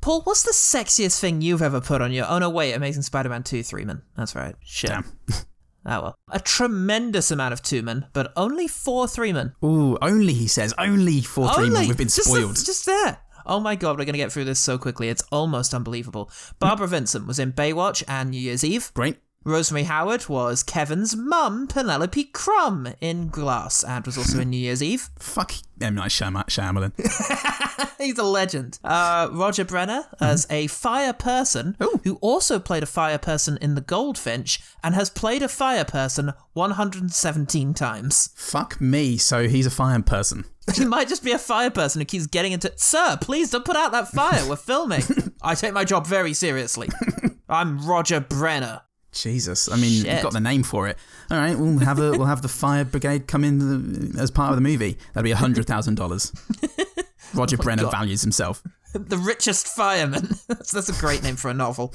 Paul, what's the sexiest thing you've ever put on your? Oh no, wait, Amazing Spider-Man two three man. That's right. Shit. Damn. Ah well, a tremendous amount of two men, but only four three men. Ooh, only he says. Only for three men. We've been just spoiled. The, just there. Oh my god, we're gonna get through this so quickly. It's almost unbelievable. Barbara Vincent was in Baywatch and New Year's Eve. Great. Rosemary Howard was Kevin's mum, Penelope Crumb, in Glass, and was also in New Year's Eve. Fuck M. Night Shyam- Shyamalan. He's a legend. Uh, Roger Brenner as a fire person Ooh. who also played a fire person in The Goldfinch and has played a fire person 117 times. Fuck me. So he's a fire person. He might just be a fire person who keeps getting into. Sir, please don't put out that fire. We're filming. I take my job very seriously. I'm Roger Brenner. Jesus. I mean, Shit. you've got the name for it. All right, we'll have a we'll have the fire brigade come in the, as part of the movie. That'd be hundred thousand dollars. Roger Brenner values himself. The richest fireman. that's, that's a great name for a novel.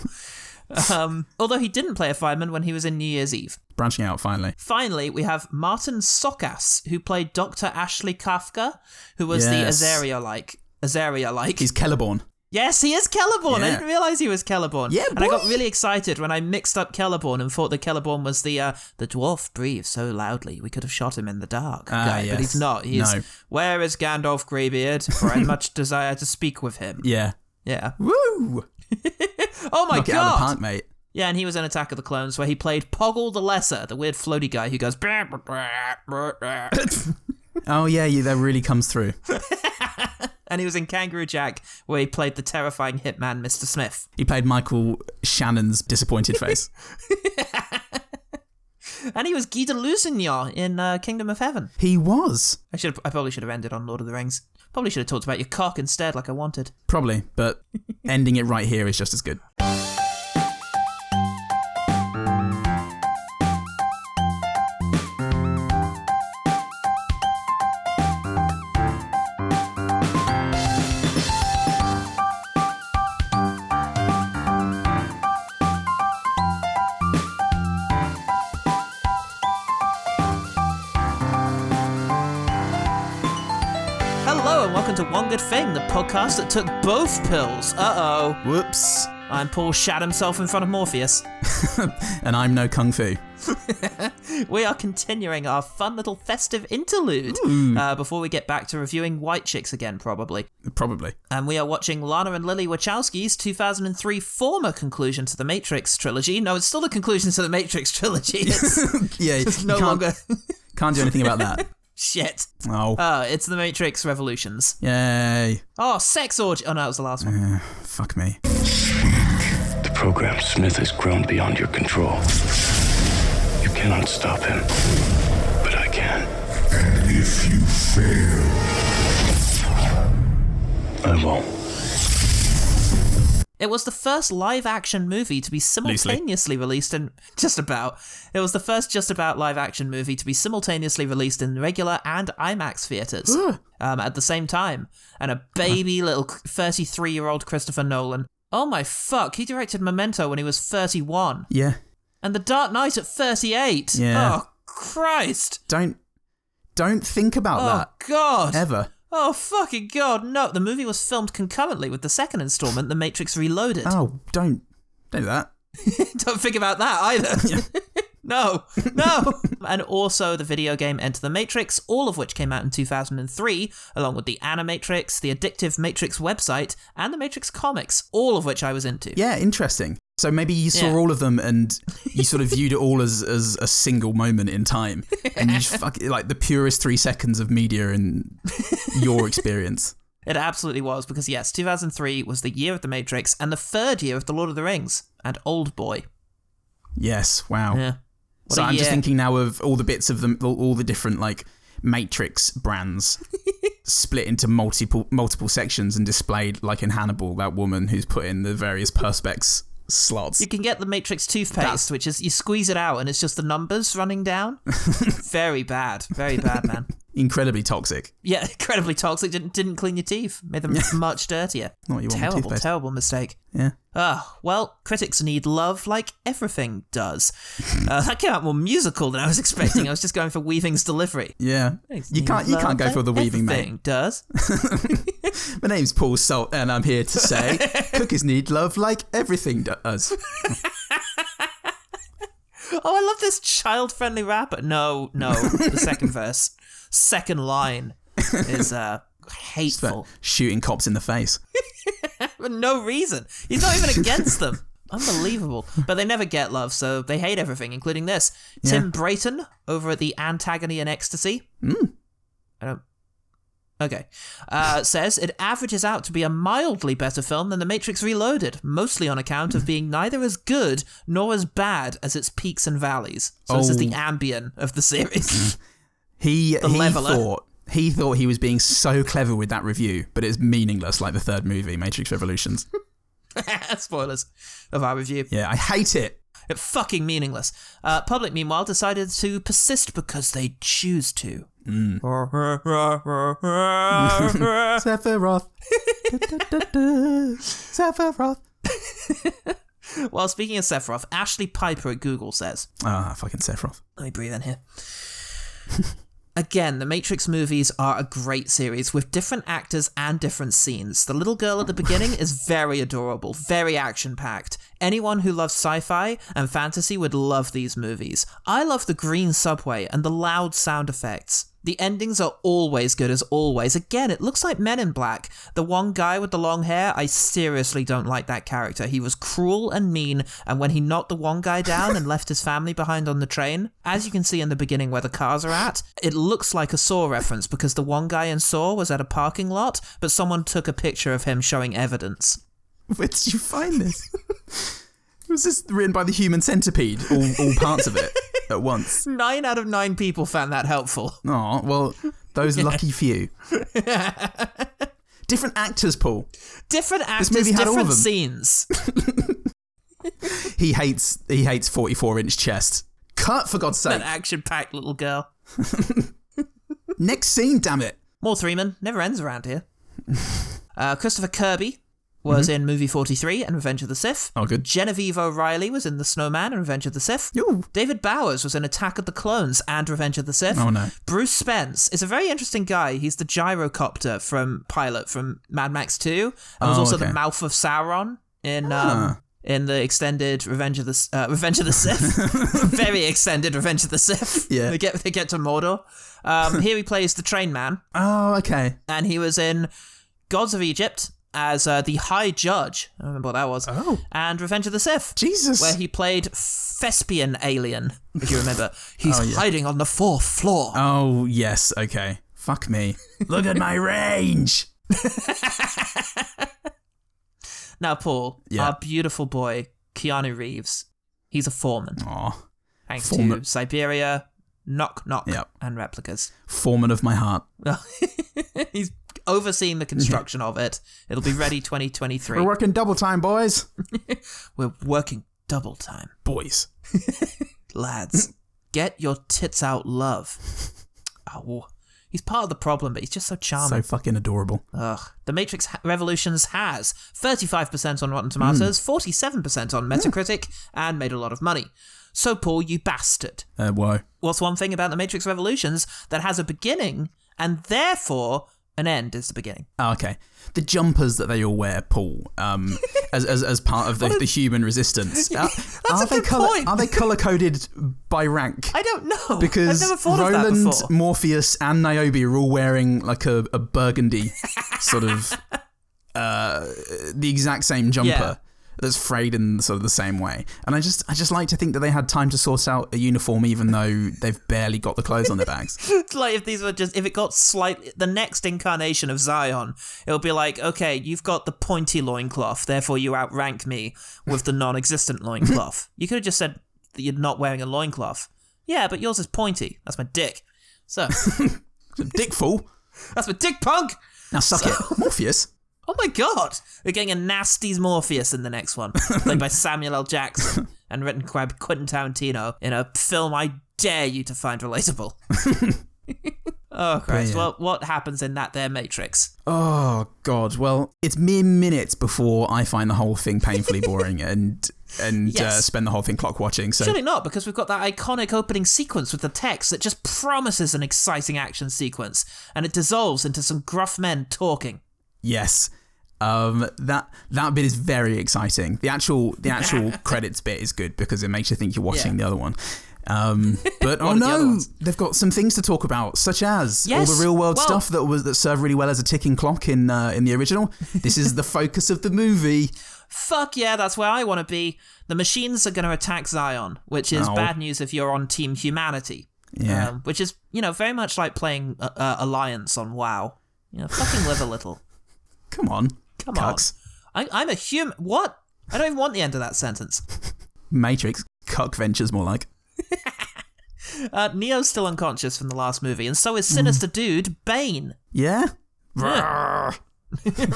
Um, although he didn't play a fireman when he was in New Year's Eve. Branching out finally. Finally, we have Martin Sokas, who played Dr. Ashley Kafka, who was Yes. the Azaria like. Azaria like. He's Kelleborn. Yes, he is Kelleborn. I Yeah. didn't realize he was Kelleborn. Yeah, and I got boy. really excited when I mixed up Kelleborn and thought that Kelleborn was the uh, the dwarf breathes so loudly we could have shot him in the dark Ah, guy, but he's yes. not. He's No. where is Gandalf Greybeard? For I much desire to speak with him. Yeah. Yeah. Woo! Oh my Knock it out of the god. park, mate. Yeah, and he was in Attack of the Clones where he played Poggle the Lesser, the weird floaty guy who goes. "Brr, brr, brr, brr, brr." Oh yeah, yeah, that really comes through. and he was in Kangaroo Jack where he played the terrifying hitman Mr. Smith. He played Michael Shannon's disappointed face. And he was Guy de Lusignan in uh, Kingdom of Heaven. he was I should. I probably should have ended on Lord of the Rings. Probably should have talked about your cock instead, like I wanted. probably, but ending it right here is just as good. Hello and welcome to One Good Thing, the podcast that took both pills. Uh oh. Whoops. I'm Paul Shat himself in front of Morpheus. And I'm no kung fu. We are continuing our fun little festive interlude uh, before we get back to reviewing White Chicks again, probably. Probably. And we are watching Lana and Lily Wachowski's 2003 former conclusion to the Matrix trilogy. No, it's still the conclusion to the Matrix trilogy. It's Yeah, you no can't- longer. Can't do anything about that. Shit. Oh. Oh, it's the Matrix Revolutions. Yay. Uh, Oh, sex orgy. Oh no, that was the last one. Fuck me. The program Smith has grown beyond your control. You cannot stop him, but I can. And if you fail, I won't. It was the first live action movie to be simultaneously released in just about. It was the first just about live action movie to be simultaneously released in regular and IMAX theaters um, at the same time. And a baby little 33 year old Christopher Nolan. Oh my fuck, he directed Memento when he was 31. Yeah. And The Dark Knight at 38. Yeah. Oh, Christ. Don't don't think about Oh, that God. ever. Oh fucking god, no. The movie was filmed concurrently with the second installment, The Matrix Reloaded. Oh, don't don't do that. Don't think about that either. no, no. and also the video game Enter the Matrix, all of which came out in 2003, along with the Animatrix, the Addictive Matrix website, and the Matrix comics, all of which I was into. Yeah, interesting. So maybe you saw Yeah. all of them and you sort of viewed it all as, as a single moment in time, and you just fuck like the purest three seconds of media in your experience. It absolutely was, because yes, 2003 was the year of the Matrix and the third year of The Lord of the Rings and Old Boy. Yes. Wow. Yeah. What Oh. so a I'm just year. thinking now of all the bits of them, all all the different like Matrix brands split into multiple multiple sections and displayed like in Hannibal, that woman who's put in the various perspex slots. You can get the Matrix toothpaste, That's- which is you squeeze it out and it's just the numbers running down. very bad, very bad, man. incredibly toxic. Yeah, incredibly toxic. Didn't didn't clean your teeth. Made them much dirtier. Not what you want with terrible, toothpaste. terrible mistake. Yeah. Ah, well, critics need love like everything does. Uh, that came out more musical than I was expecting. I was just going for Weaving's delivery. Yeah. You can't you can't go for the weaving, mate. thing. Does My name's Paul Salt and I'm here to say cookies need love like everything does. oh, I love this child-friendly rapper. No, no, the second verse, second line is uh hateful But shooting cops in the face. for no reason. He's not even against them. Unbelievable. But they never get love, so they hate everything, including this. Tim Brayton over at the Antagony and Ecstasy. I don't. Okay. Uh, says it averages out to be a mildly better film than The Matrix Reloaded, mostly on account of being neither as good nor as bad as its peaks and valleys. So this is the Oh. Ambien of the series. He he leveler. thought he thought he was being so clever with that review, but it's meaningless like the third movie, Matrix Revolutions. Spoilers of our review. Yeah, I hate it. It fucking meaningless. Uh, public, meanwhile, decided to persist because they choose to. Sephiroth. Da-da-da-da. Sephiroth. While speaking of Sephiroth, Ashley Piper at Google says, Ah, fucking Sephiroth. Let me breathe in here. Again, the Matrix movies are a great series with different actors and different scenes. The little girl at the beginning is very adorable, very action packed. Anyone who loves sci fi and fantasy would love these movies. I love the green subway and the loud sound effects. The endings are always good as always. Again, it looks like Men in Black. The one guy with the long hair, I seriously don't like that character. He was cruel and mean, and when he knocked the one guy down and left his family behind on the train, as you can see in the beginning where the cars are at, it looks like a Saw reference because the one guy in Saw was at a parking lot, but someone took a picture of him showing evidence. Where did you find this? Was this written by the human centipede? All, all parts of it at once. Nine out of nine people found that helpful. Oh, well, those lucky few. Different actors, Paul. Different actors, movie had all of different them. scenes. He hates he hates 44 inch chest. Cut for God's sake. An action packed little girl. Next scene, damn it. More three men never ends around here. Uh, Christopher Kirby was Mm-hmm. in movie 43 and Revenge of the Sith. Oh, good. Genevieve O'Reilly was in The Snowman and Revenge of the Sith. Ooh. David Bowers was in Attack of the Clones and Revenge of the Sith. Oh, no. Bruce Spence is a very interesting guy. He's the gyrocopter from Pilot from Mad Max 2 and was Oh, also the okay. Ah. mouth of Sauron in um, in the extended Revenge of the S- uh, Revenge of the Sith. very extended Revenge of the Sith. Yeah. They get they get to Mordor. Um, here he plays the train man Oh, okay. and he was in Gods of Egypt as uh, the High Judge. I don't remember what that was. Oh. And Revenge of the Sith. Jesus. Where he played Thespian Alien, if you remember. He's Oh, yeah. hiding on the fourth floor. Oh, yes. Okay. Fuck me. Look at my range. Now, Paul, Yeah. our beautiful boy, Keanu Reeves, he's a foreman, Aw. thanks Foreman. to Siberia, Knock Knock, Yep. and replicas. Foreman of my heart. he's overseeing the construction of it. It'll be ready 2023. We're working double time, boys. We're working double time. Boys. lads, get your tits out, love. Oh, he's part of the problem, but he's just so So charming. fucking adorable. Ugh. The Matrix Ha- Revolutions has 35% on Rotten Tomatoes, Hmm. 47% on Metacritic, and made a lot of money. So, Paul, you bastard. Uh, whoa. What's one thing about The Matrix Revolutions that has a beginning and therefore an end is the beginning? Oh, okay. The jumpers that they all wear, Paul, um, as, as, as part of the, the human resistance. Are, are a they good colour- point. Are they color coded by rank? I don't know. because I've never thought Roland, of that before. Morpheus, and Niobe are all wearing like a, a burgundy sort of uh, the exact same jumper Yeah. that's frayed in sort of the same way. And I just I just like to think that they had time to sort out a uniform, even though they've barely got the clothes on their backs. It's like if these were just if it got slightly the next incarnation of Zion, it'll be like, okay, you've got the pointy loincloth, therefore you outrank me with the non existent loincloth. you could have just said that you're not wearing a loincloth. Yeah, but yours is pointy. That's my dick. So Dick fool. that's my dick punk! Now suck it, Morpheus. Oh my god! We're getting a nasty Morpheus in the next one, played by Samuel L. Jackson and written by Quentin Tarantino in a film I dare you to find relatable. Oh Christ! Brilliant. Well, what happens in that there Matrix? Oh God! Well, it's mere minutes before I find the whole thing painfully boring and and uh, Yes. spend the whole thing clock watching. So Surely not, because we've got that iconic opening sequence with the text that just promises an exciting action sequence, and it dissolves into some gruff men talking. yes, um, that that bit is very exciting. The actual the actual credits bit is good because it makes you think you're watching Yeah. the other one. Um, but oh are the other no, ones? they've got some things to talk about, such as all Yes, the real world well- stuff that was that served really well as a ticking clock in uh, in the original. This is the focus of the movie. Fuck yeah, that's where I want to be. The machines are going to attack Zion, which is Ow. bad news if you're on Team Humanity. Yeah. Um, which is, you know, very much like playing uh, uh, Alliance on WoW. You know, fucking live a little. Come on, Come Cucks. on. I, I'm a human. What? I don't even want the end of that sentence. Matrix cuck ventures more like. Uh, Neo's still unconscious from the last movie, and so is Hmm. sinister dude Bane. Yeah.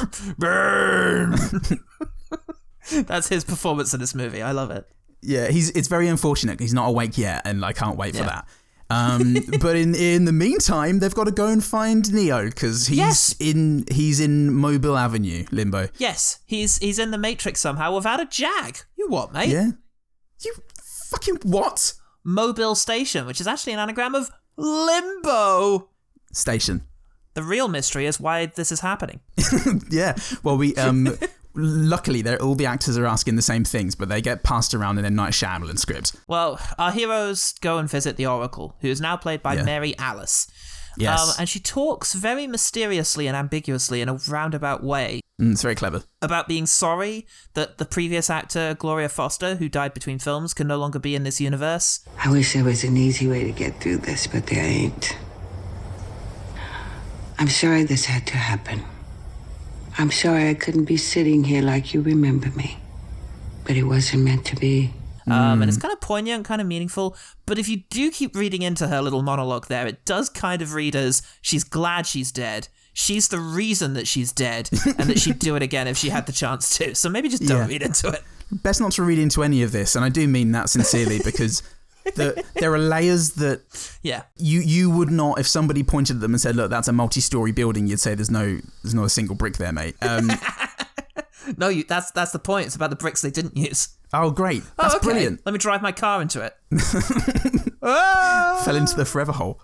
That's his performance in this movie. I love it. Yeah, he's it's very unfortunate. He's not awake yet, and I can't wait for Yeah. that. Um, but in in the meantime, they've got to go and find Neo because he's Yes. in he's in Mobile Avenue limbo. Yes, he's he's in the Matrix somehow without a jag. You what, mate? Yeah, you fucking what Mobile Station, which is actually an anagram of limbo. station? The real mystery is why this is happening. Yeah. Well, we um. Luckily, they're, all the actors are asking the same things, but they get passed around in their Night Shyamalan script. Well, our heroes go and visit the Oracle, who is now played by Yeah. Mary Alice. Um, Yes, and she talks very mysteriously and ambiguously in a roundabout way Mm, it's very clever. about being sorry that the previous actor, Gloria Foster, who died between films, can no longer be in this universe. I wish there was an easy way to get through this, but there ain't. I'm sorry this had to happen. I'm sorry I couldn't be sitting here like you remember me. But it wasn't meant to be. Um, Hmm. and it's kind of poignant, kind of meaningful. But if you do keep reading into her little monologue there, it does kind of read as she's glad she's dead. She's the reason that she's dead, and that she'd do it again if she had the chance to. So maybe just don't Yeah. read into it. best not to read into any of this, and I do mean that sincerely because the, there are layers that Yeah. you you would not if somebody pointed at them and said, "Look, that's a multi-story building," you'd say, "There's no there's not a single brick there, mate." Um, No, you, that's that's the point. It's about the bricks they didn't use. oh, great, that's okay. brilliant. Let me drive my car into it. Oh. Fell into the forever hole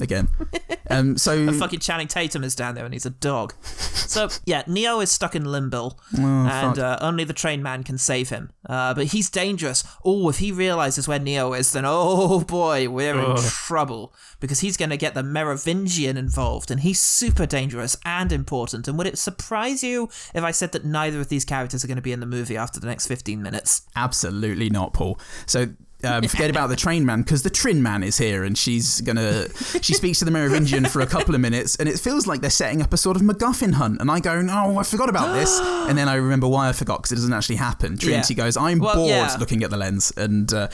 again. Um, so Fucking Channing Tatum is down there, and he's a dog. So yeah, Neo is stuck in limbo, Oh, fuck. and uh, only the train man can save him. Uh, but he's dangerous. Oh, if he realizes where Neo is, then oh boy, we're in trouble because he's going to get the Merovingian involved, and he's super dangerous and important. And would it surprise you if I said that neither of these characters are going to be in the movie after the next fifteen minutes? absolutely not, Paul. So. Um, forget about the train man because the Trin man is here and she's gonna. She speaks to the Merovingian for a couple of minutes and it feels like they're setting up a sort of MacGuffin hunt. And I go, oh, I forgot about this. And then I remember why I forgot because it doesn't actually happen. Trinity goes, I'm Well, bored yeah. looking at the lens and uh,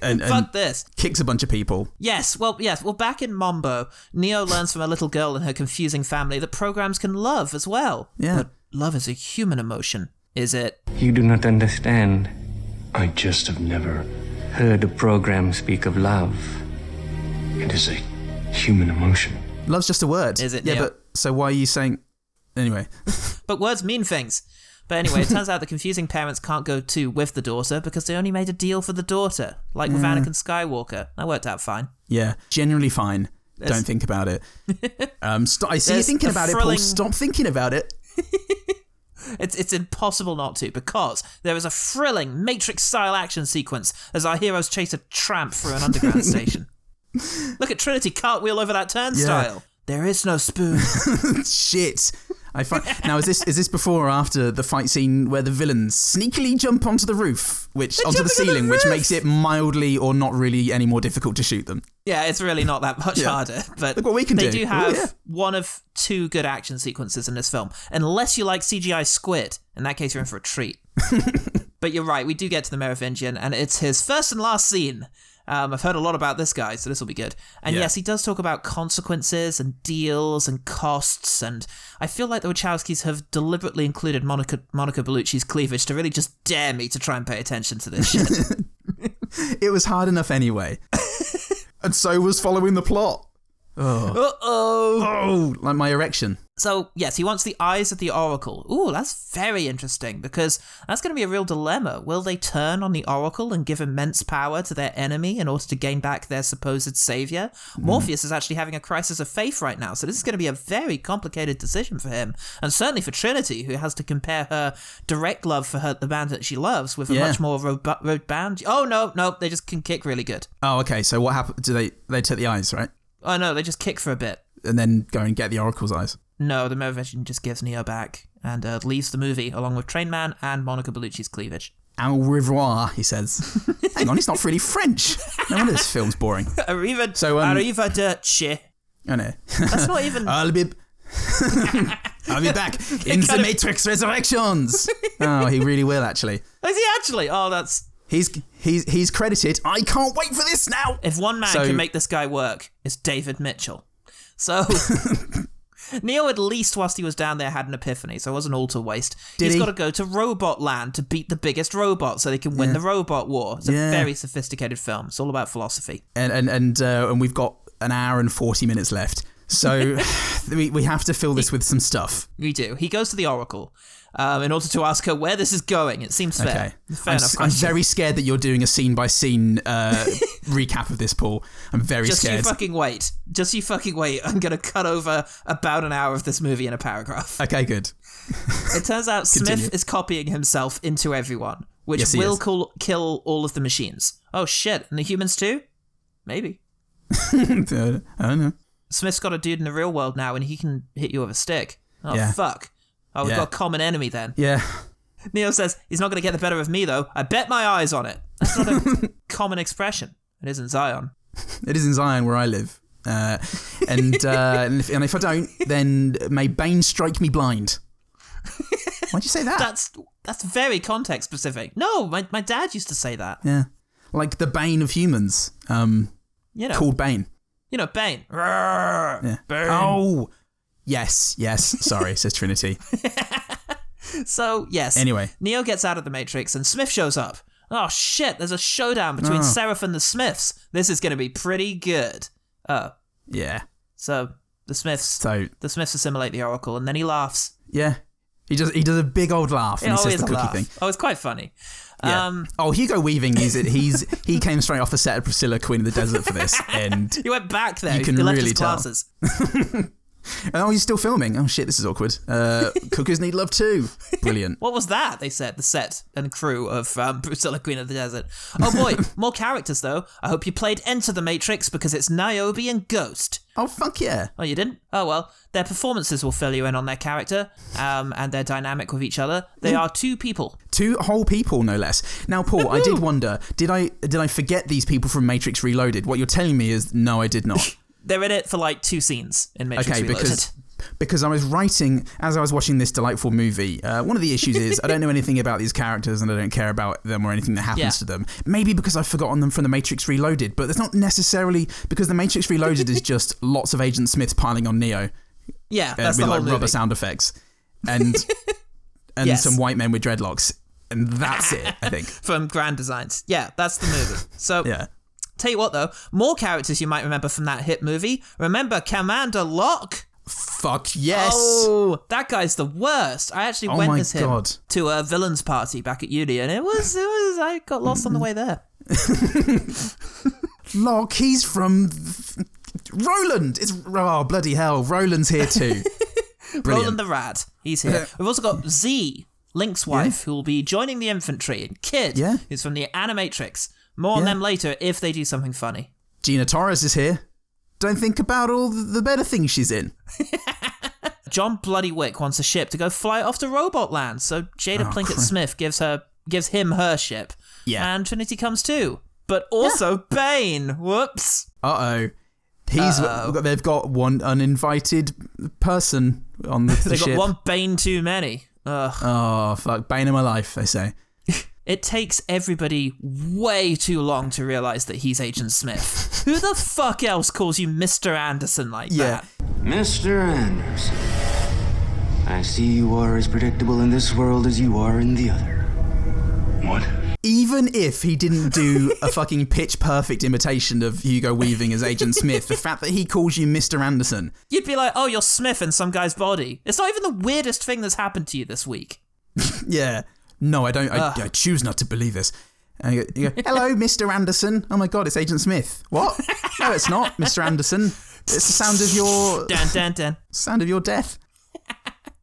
and, and Fuck this. kicks a bunch of people. Yes, well, yes. Well, back in Mombo, Neo learns from a little girl and her confusing family that programs can love as well. Yeah. But love is a human emotion, is it? You do not understand. I just have never. Heard a program speak of love. It is a human emotion. Love's just a word. Is it, Yeah, Neil? but so why are you saying? Anyway, But words mean things. But anyway, it turns out the confusing parents can't go too with the daughter because they only made a deal for the daughter, like with Anakin Skywalker. That worked out fine. yeah, generally fine. Don't think about it. Um, st- I see you There's thinking a about it, Paul. thrilling- Stop thinking about it. It's, it's impossible not to because there is a thrilling Matrix style action sequence as our heroes chase a tramp through an underground station. Look at Trinity cartwheel over that turnstile. There is no spoon. Shit. I find now is this is this before or after the fight scene where the villains sneakily jump onto the roof, which onto jumping on the the ceiling, which roof! makes it mildly or not really any more difficult to shoot them. Yeah, it's really not that much Yeah. harder. But Look what we can they do. do Oh, have yeah. one of two good action sequences in this film, unless you like CGI Squid. In that case, you're in for a treat. but you're right, we do get to the Merovingian, and it's his first and last scene. Um, I've heard a lot about this guy, so this will be good. And Yeah. yes, he does talk about consequences and deals and costs, and I feel like the Wachowskis have deliberately included Monica, Monica Bellucci's cleavage to really just dare me to try and pay attention to this shit. It was hard enough anyway, and so was following the plot. Uh oh. Oh, like my erection. So, yes, he wants the eyes of the Oracle. Ooh, that's very interesting because that's going to be a real dilemma. Will they turn on the Oracle and give immense power to their enemy in order to gain back their supposed savior? Morpheus is actually having a crisis of faith right now, so this is going to be a very complicated decision for him, and certainly for Trinity, who has to compare her direct love for her, the band that she loves with a Yeah. much more robu- road band. Oh, no, no, they just can kick really good. Oh, okay. So what happened? Do they they take the eyes right, Oh, no, they just kick for a bit. and then go and get the Oracle's eyes? No, the motivation just gives Neo back and uh, leaves the movie along with Train Man and Monica Bellucci's cleavage. Au revoir, he says. Hang on, he's not really French. No wonder this film's boring. Arriva, So, um, arrivederci. I know. That's not even. I'll be. I'll be back in the kinda- Matrix Resurrections. Oh, he really will actually. is he actually? Oh, that's. He's he's he's credited. I can't wait for this now. If one man So- can make this guy work, it's David Mitchell. So. Neo, at least whilst he was down there, had an epiphany, so it wasn't all to waste. Did He's he? got to go to Robot Land to beat the biggest robot so they can win the robot war. It's Yeah. a very sophisticated film. It's all about philosophy. and and and uh, and we've got an hour and forty minutes left. So we, we have to fill this with some stuff. We do. He goes to the Oracle um, in order to ask her where this is going. It seems fair. Okay. Fair I'm, enough. s- I'm question. very scared that you're doing a scene by scene uh, recap of this, Paul. I'm very Just you scared. fucking wait. Just you fucking wait. I'm going to cut over about an hour of this movie in a paragraph. okay, good. It turns out Continue. Smith is copying himself into everyone, which Yes, he will is. call, kill all of the machines. Oh shit. And the humans too? Maybe. Uh, I don't know. Smith's got a dude in the real world now and he can hit you with a stick. Oh Yeah. fuck. Oh, we've Yeah. got a common enemy then. Yeah, Neo says, he's not going to get the better of me, though. I bet my eyes on it. That's not a common expression. It isn't Zion. it is in Zion where I live, uh, and uh, and, if, and if I don't, then may Bane strike me blind. Why'd you say that? That's that's very context specific. No, my, my dad used to say that. yeah, like the Bane of humans, um, You know, called Bane. you know, Bane. Yeah. Oh, yes, yes. Sorry, says Trinity. So yes. Anyway. Neo gets out of the Matrix and Smith shows up. Oh shit! There's a showdown between Oh. Seraph and the Smiths. This is going to be pretty good. Oh, Yeah. so the Smiths, So the Smiths assimilate the Oracle, and then he laughs. yeah, he does. He does a big old laugh and It he says always the cookie laugh. thing. Oh, it's quite funny. Yeah. Um, oh, Hugo Weaving. He's he's he came straight off the set of Priscilla, Queen of the Desert for this, and he went back there. You can he left really his tell. classes. oh, he's still filming. Oh shit, this is awkward. Uh, cookers need love too. Brilliant. What was that? They said the set and crew of um, Priscilla Queen of the Desert. Oh boy, more characters though. I hope you played Enter the Matrix because it's Niobe and Ghost. Oh fuck yeah. Oh, you didn't? Oh well, their performances will fill you in on their character um, and their dynamic with each other. They Hmm. are two people. Two whole people, no less. Now, Paul, I did wonder did I did I forget these people from Matrix Reloaded? What you're telling me is no, I did not. They're in it for like two scenes in Matrix okay, Reloaded. because because I was writing as I was watching this delightful movie. Uh, one of the issues is I don't know anything about these characters and I don't care about them or anything that happens Yeah. to them. Maybe because I've forgotten them from The Matrix Reloaded, but that's not necessarily because The Matrix Reloaded is just lots of Agent Smith piling on Neo uh, yeah, with that's the whole like movie. rubber sound effects and and Yes. some white men with dreadlocks, and that's it. I think. from Grand Designs. Yeah, that's the movie. So Yeah. tell you what though, more characters you might remember from that hit movie. Remember Commander Locke? Fuck yes. Oh, that guy's the worst. I actually Oh went my as him God. to a villains party back at uni, and it was it was I got lost Mm-hmm. on the way there. Locke, he's from th- Roland. It's oh bloody hell. Roland's here too. Brilliant. Roland the Rat, he's here. We've also got Z, Link's wife, who will be joining the infantry, and Kid, Yeah. who's from the Animatrix. More on Yeah. them later if they do something funny. Gina Torres is here. Don't think about all the- the better things she's in. John Bloody Wick wants a ship to go fly off to Robot Land, so Jada Oh, Plinkett crap. Smith gives her gives him her ship. Yeah. And Trinity comes too. But also Bane. Whoops. Uh oh. He's they've got one uninvited person on the, the They ship. got one Bane too many. Ugh. Oh fuck, bane of my life, they say. It takes everybody way too long to realize that he's Agent Smith. Who the fuck else calls you Mr. Anderson like Yeah. that? Mr. Anderson, I see you are as predictable in this world as you are in the other. What? even if he didn't do a fucking pitch perfect imitation of Hugo Weaving as Agent Smith, the fact that he calls you Mr. Anderson, You'd be like, oh, you're Smith in some guy's body. It's not even the weirdest thing that's happened to you this week. yeah, no, I don't, I, I choose not to believe this. And you go, you go, hello, Mr. Anderson. Oh my God, it's Agent Smith. What? No, it's not, Mr. Anderson. It's the sound of your Dan, dan, dan. sound of your death.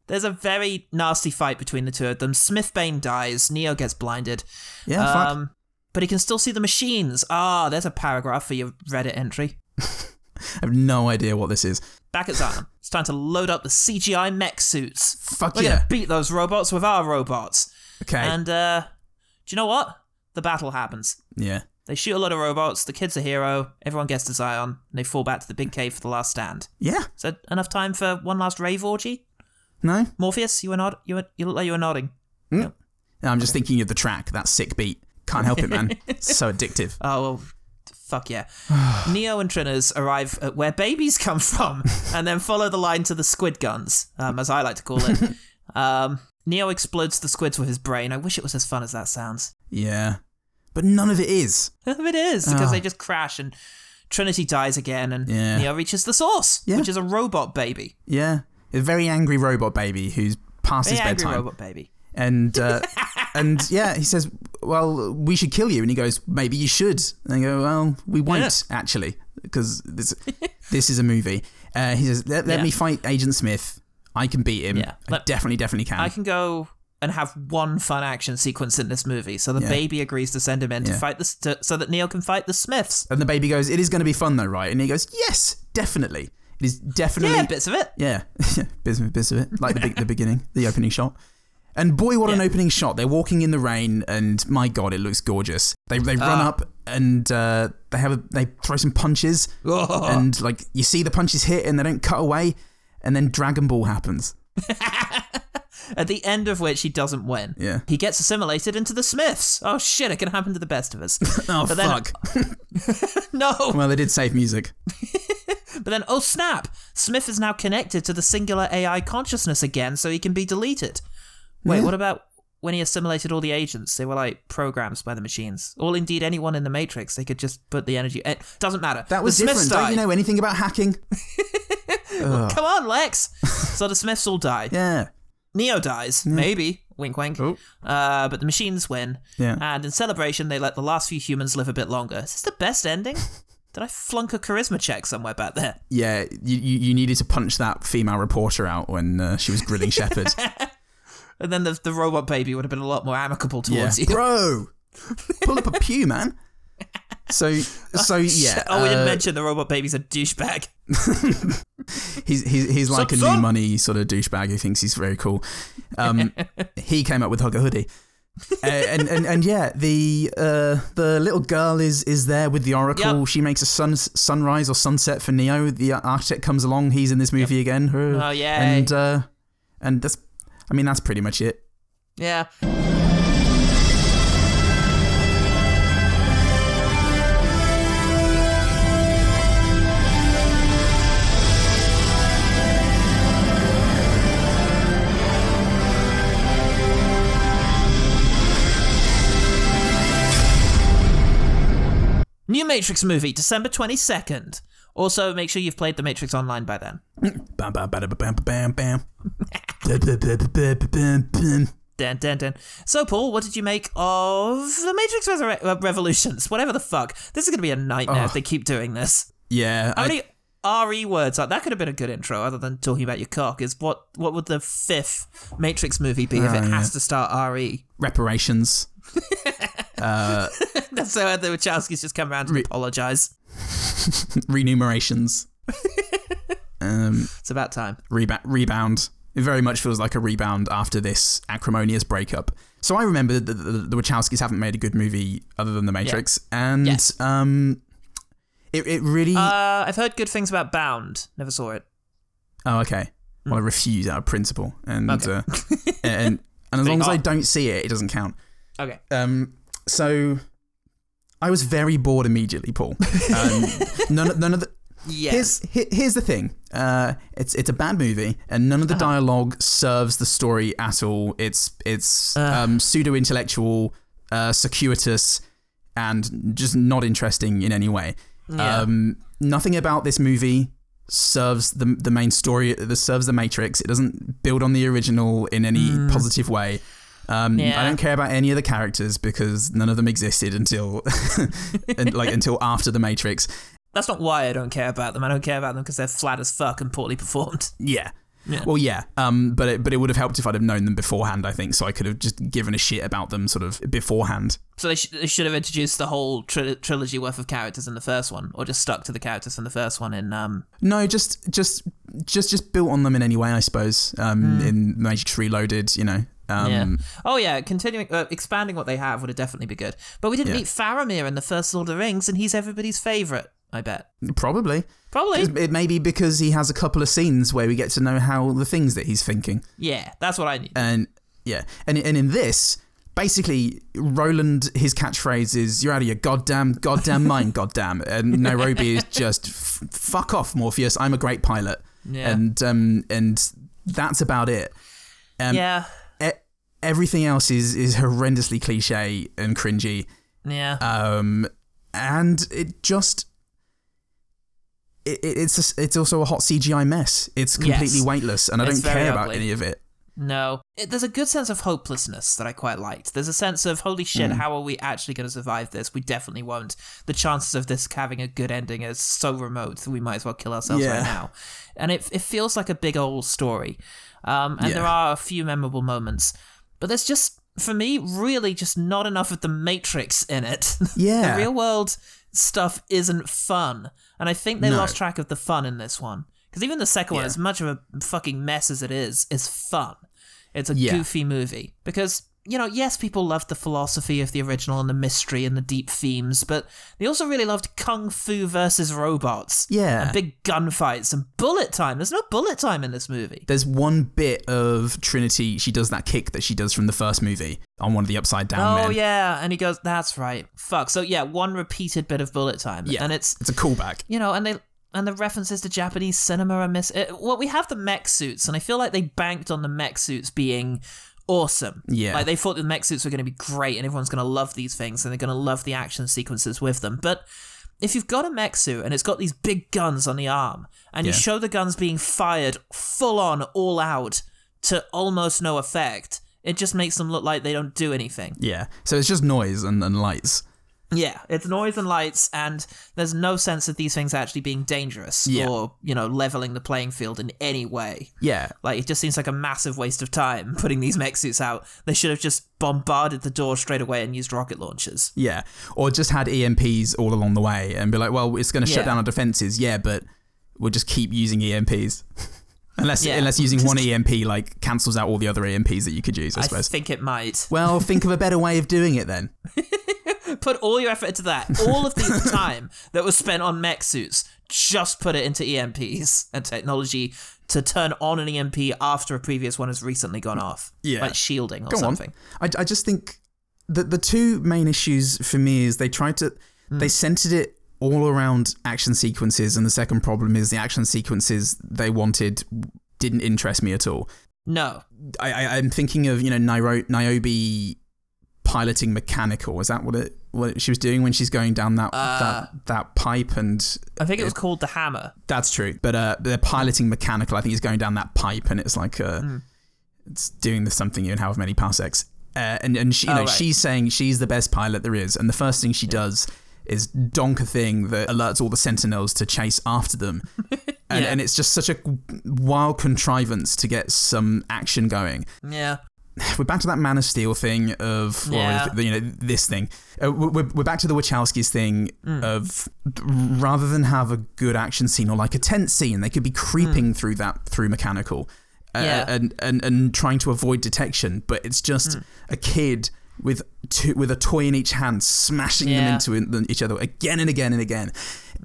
There's a very nasty fight between the two of them. Smith Bane dies, Neo gets blinded. Yeah, Oh, fuck. Um, but he can still see the machines. Ah, there's a paragraph for your Reddit entry. I have no idea what this is. Back at Zarnum. It's time to load up the CGI mech suits. Fuck We're yeah. gonna beat those robots with our robots. Okay. And uh do you know what? The battle happens. yeah. They shoot a lot of robots, the kid's a hero, everyone gets to Zion, and they fall back to the big cave for the last stand. Yeah. Is that enough time for one last rave orgy? No? Morpheus, you were nod you were, you look like you were nodding. No, I'm just thinking of the track, that sick beat. Can't help it, man. It's so addictive. Oh well, fuck yeah. Neo and Trinners arrive at where babies come from, and then follow the line to the squid guns, um, as I like to call it. um, Neo explodes the squids with his brain. I wish it was as fun as that sounds. Yeah. But none of it is. it is because they just crash and Trinity dies again, and Ah. Yeah. Neo reaches the source, Yeah. which is a robot baby, Yeah. A very angry robot baby who's past a his angry bedtime. robot baby. And uh, and yeah, he says, "Well, we should kill you." And he goes, "Maybe you should." And I go, "Well, we won't actually, because this this is a movie." Uh, he says, "Let, let Yeah. me fight Agent Smith. I can beat him. Yeah. I Let- definitely, definitely can." I can go and have one fun action sequence in this movie. So the Yeah. baby agrees to send him in Yeah. to fight the to, so that Neo can fight the Smiths. And the baby goes, "It is going to be fun, though, right?" And he goes, "Yes, definitely. It is definitely Yeah, bits of it. Yeah, yeah, bits, of- bits of it, like the, big, the beginning, the opening shot. And boy, what an Yeah. opening shot! They're walking in the rain, and my god, it looks gorgeous. They they run up and uh, they have a, they throw some punches, and like you see the punches hit, and they don't cut away, and then Dragon Ball happens. At the end of which he doesn't win. Yeah. He gets assimilated into the Smiths. Oh shit, it can happen to the best of us. Oh But then- fuck! no. well, they did save music. But then oh snap, Smith is now connected to the singular AI consciousness again so he can be deleted. Wait, Yeah. what about when he assimilated all the agents? They were like programs by the machines. Or indeed anyone in the Matrix, they could just put the energy it doesn't matter. That was the Smiths different. Don't you died. know anything about hacking? Come on, Lex. so the Smiths all die. Yeah. Neo dies, maybe. Wink, wink. Oh. Uh, but the machines win. Yeah. And in celebration, they let the last few humans live a bit longer. Is this the best ending? Did I flunk a charisma check somewhere back there? Yeah, you, you, you needed to punch that female reporter out when uh, she was grilling Shepard. And then the, the robot baby would have been a lot more amicable Yeah. towards you. Bro, pull up a pew, man. So, so yeah. oh, we didn't uh, mention the robot baby's a douchebag. He's, he's, he's like a new Son- money sort of douchebag who thinks he's very cool. Um, he came up with Hugger Hoodie. Uh, and, and and yeah, the uh, the little girl is is there with the oracle. Yep. She makes a sun sunrise or sunset for Neo. The architect comes along. He's in this movie again. Oh, yay. And uh, and that's, I mean, that's pretty much it. Yeah. New Matrix movie, December 22nd. Also, make sure you've played The Matrix Online by then. Bam bam bam bam bam bam. Bam, bam, bam, bam, bam, bam. Dun, dun, dun. So, Paul, what did you make of The Matrix Resur- uh, Revolutions? Whatever the fuck. This is going to be a nightmare if they keep doing this. Yeah, How I- many RE words? Are- that could have been a good intro, other than talking about your cock. Is what what would the fifth Matrix movie be if it has to start E? RE? reparations. That's how the Wachowskis just come around to apologise. renumerations, um, It's about time. reba- rebound. It very much feels like a rebound after this acrimonious breakup. So I remember that the, the Wachowskis haven't made a good movie other than The Matrix, and Yes. um, it it really. Uh, I've heard good things about Bound. Never saw it. oh, okay. Well, I refuse out of principle, and hmm. Okay. uh, and and as long as I hard. don't see it, it doesn't count. Okay. Um, so I was very bored immediately, Paul. Um, none, none of the Yeah. Here's he, here's the thing. Uh, it's it's a bad movie, and none of the Uh-huh. dialogue serves the story at all. It's it's um, pseudo intellectual uh, circuitous, and just not interesting in any way. Um, nothing about this movie serves the the main story. That serves the Matrix. It doesn't build on the original in any positive way. Um, Hmm. Yeah. I don't care about any of the characters because none of them existed until, and, like until after the Matrix. That's not why I don't care about them. I don't care about them because they're flat as fuck and poorly performed. Yeah. Well, yeah. Um, but it, but it would have helped if I'd have known them beforehand. I think so. I could have just given a shit about them sort of beforehand. So they, sh- they should have introduced the whole tri- trilogy worth of characters in the first one, or just stuck to the characters from the first one. In um, No, just just just just built on them in any way, I suppose. Um, in Matrix Reloaded, you know. Um, yeah. Oh yeah, continuing, uh, expanding what they have would have definitely be good. But we didn't Yeah. meet Faramir in the first Lord of the Rings, and he's everybody's favorite. I bet. Probably. Probably. It, it may be because he has a couple of scenes where we get to know how the things that he's thinking. Yeah, that's what I need. And yeah, and and in this, basically, Roland his catchphrase is "You're out of your goddamn goddamn mind, goddamn." And Nairobi is just "F- "Fuck off, Morpheus. I'm a great pilot." Yeah. And um and that's about it. Um, yeah, e- everything else is is horrendously cliche and cringy. yeah. Um, and it just. It, it- it's a s it's also a hot CGI mess. It's completely Yes. weightless, and I It's don't very care about ugly. any of it. No. It, there's a good sense of hopelessness that I quite liked. There's a sense of, holy shit, Hmm. how are we actually going to survive this? We definitely won't. The chances of this having a good ending is so remote that we might as well kill ourselves Yeah. right now. And it, it feels like a big old story. Um, and there Yeah. are a few memorable moments. But there's just, for me, really just not enough of the Matrix in it. Yeah. the real world stuff isn't fun. And I think they No. lost track of the fun in this one. Because even the second one, as much of a fucking mess as it is, is fun. It's a Yeah. goofy movie because you know, yes, people loved the philosophy of the original and the mystery and the deep themes, but they also really loved kung fu versus robots. Yeah. and big gunfights and bullet time. There's no bullet time in this movie. There's one bit of Trinity. She does that kick that she does from the first movie on one of the upside down Oh men. yeah, and he goes, "That's right, fuck." So yeah, one repeated bit of bullet time, Yeah. and it's It's a callback. you know, and they and the references to Japanese cinema are miss. It, well, we have the mech suits, and I feel like they banked on the mech suits being awesome. Yeah. like they thought the mech suits were going to be great, and everyone's going to love these things, and they're going to love the action sequences with them. But if you've got a mech suit and it's got these big guns on the arm, and you Yeah. show the guns being fired full on, all out, to almost no effect. It just makes them look like they don't do anything. Yeah. So it's just noise and, and lights. Yeah, it's noise and lights, and there's no sense of these things actually being dangerous Yeah. or you know leveling the playing field in any way. Yeah. Like it just seems like a massive waste of time putting these mech suits out. They should have just bombarded the door straight away and used rocket launchers. Yeah. Or just had EMPs all along the way and be like, well, it's going to Yeah. shut down our defenses. Yeah, but we'll just keep using EMPs. unless Yeah. unless using one EMP like cancels out all the other EMPs that you could use, I, I suppose. think it might. well, think of a better way of doing it then. Put all your effort into that. All of the time that was spent on mech suits, just put it into EMPs and technology to turn on an EMP after a previous one has recently gone off. Yeah. Like shielding or Go something. on. I, I just think that the two main issues for me is they tried to Hmm. they centered it all around action sequences, and the second problem is the action sequences they wanted didn't interest me at all. No. I, I I'm thinking of you know Nairo, Niobe piloting mechanical. Is that what it what she was doing when she's going down that Uh, that that pipe and I think it was called the hammer. that's true. But uh, they're piloting mechanical. I think he's going down that pipe, and it's like uh, Hmm. it's doing the something in however many parsecs. Uh, and and she, you Oh, know, right. she's saying she's the best pilot there is, and the first thing she does is donk a thing that alerts all the sentinels to chase after them. And, Yeah. and it's just such a wild contrivance to get some action going. Yeah. We're back to that Man of Steel thing of, or Yeah. th- you know, this thing. Uh, we- we're, we're back to the Wachowskis thing Mm. of rather than have a good action scene or like a tense scene, they could be creeping through that through mechanical uh, Mm. Yeah. Mm. and, and and trying to avoid detection. But it's just a kid with two, with a toy in each hand smashing Yeah. them into in- them- each other again and again and again,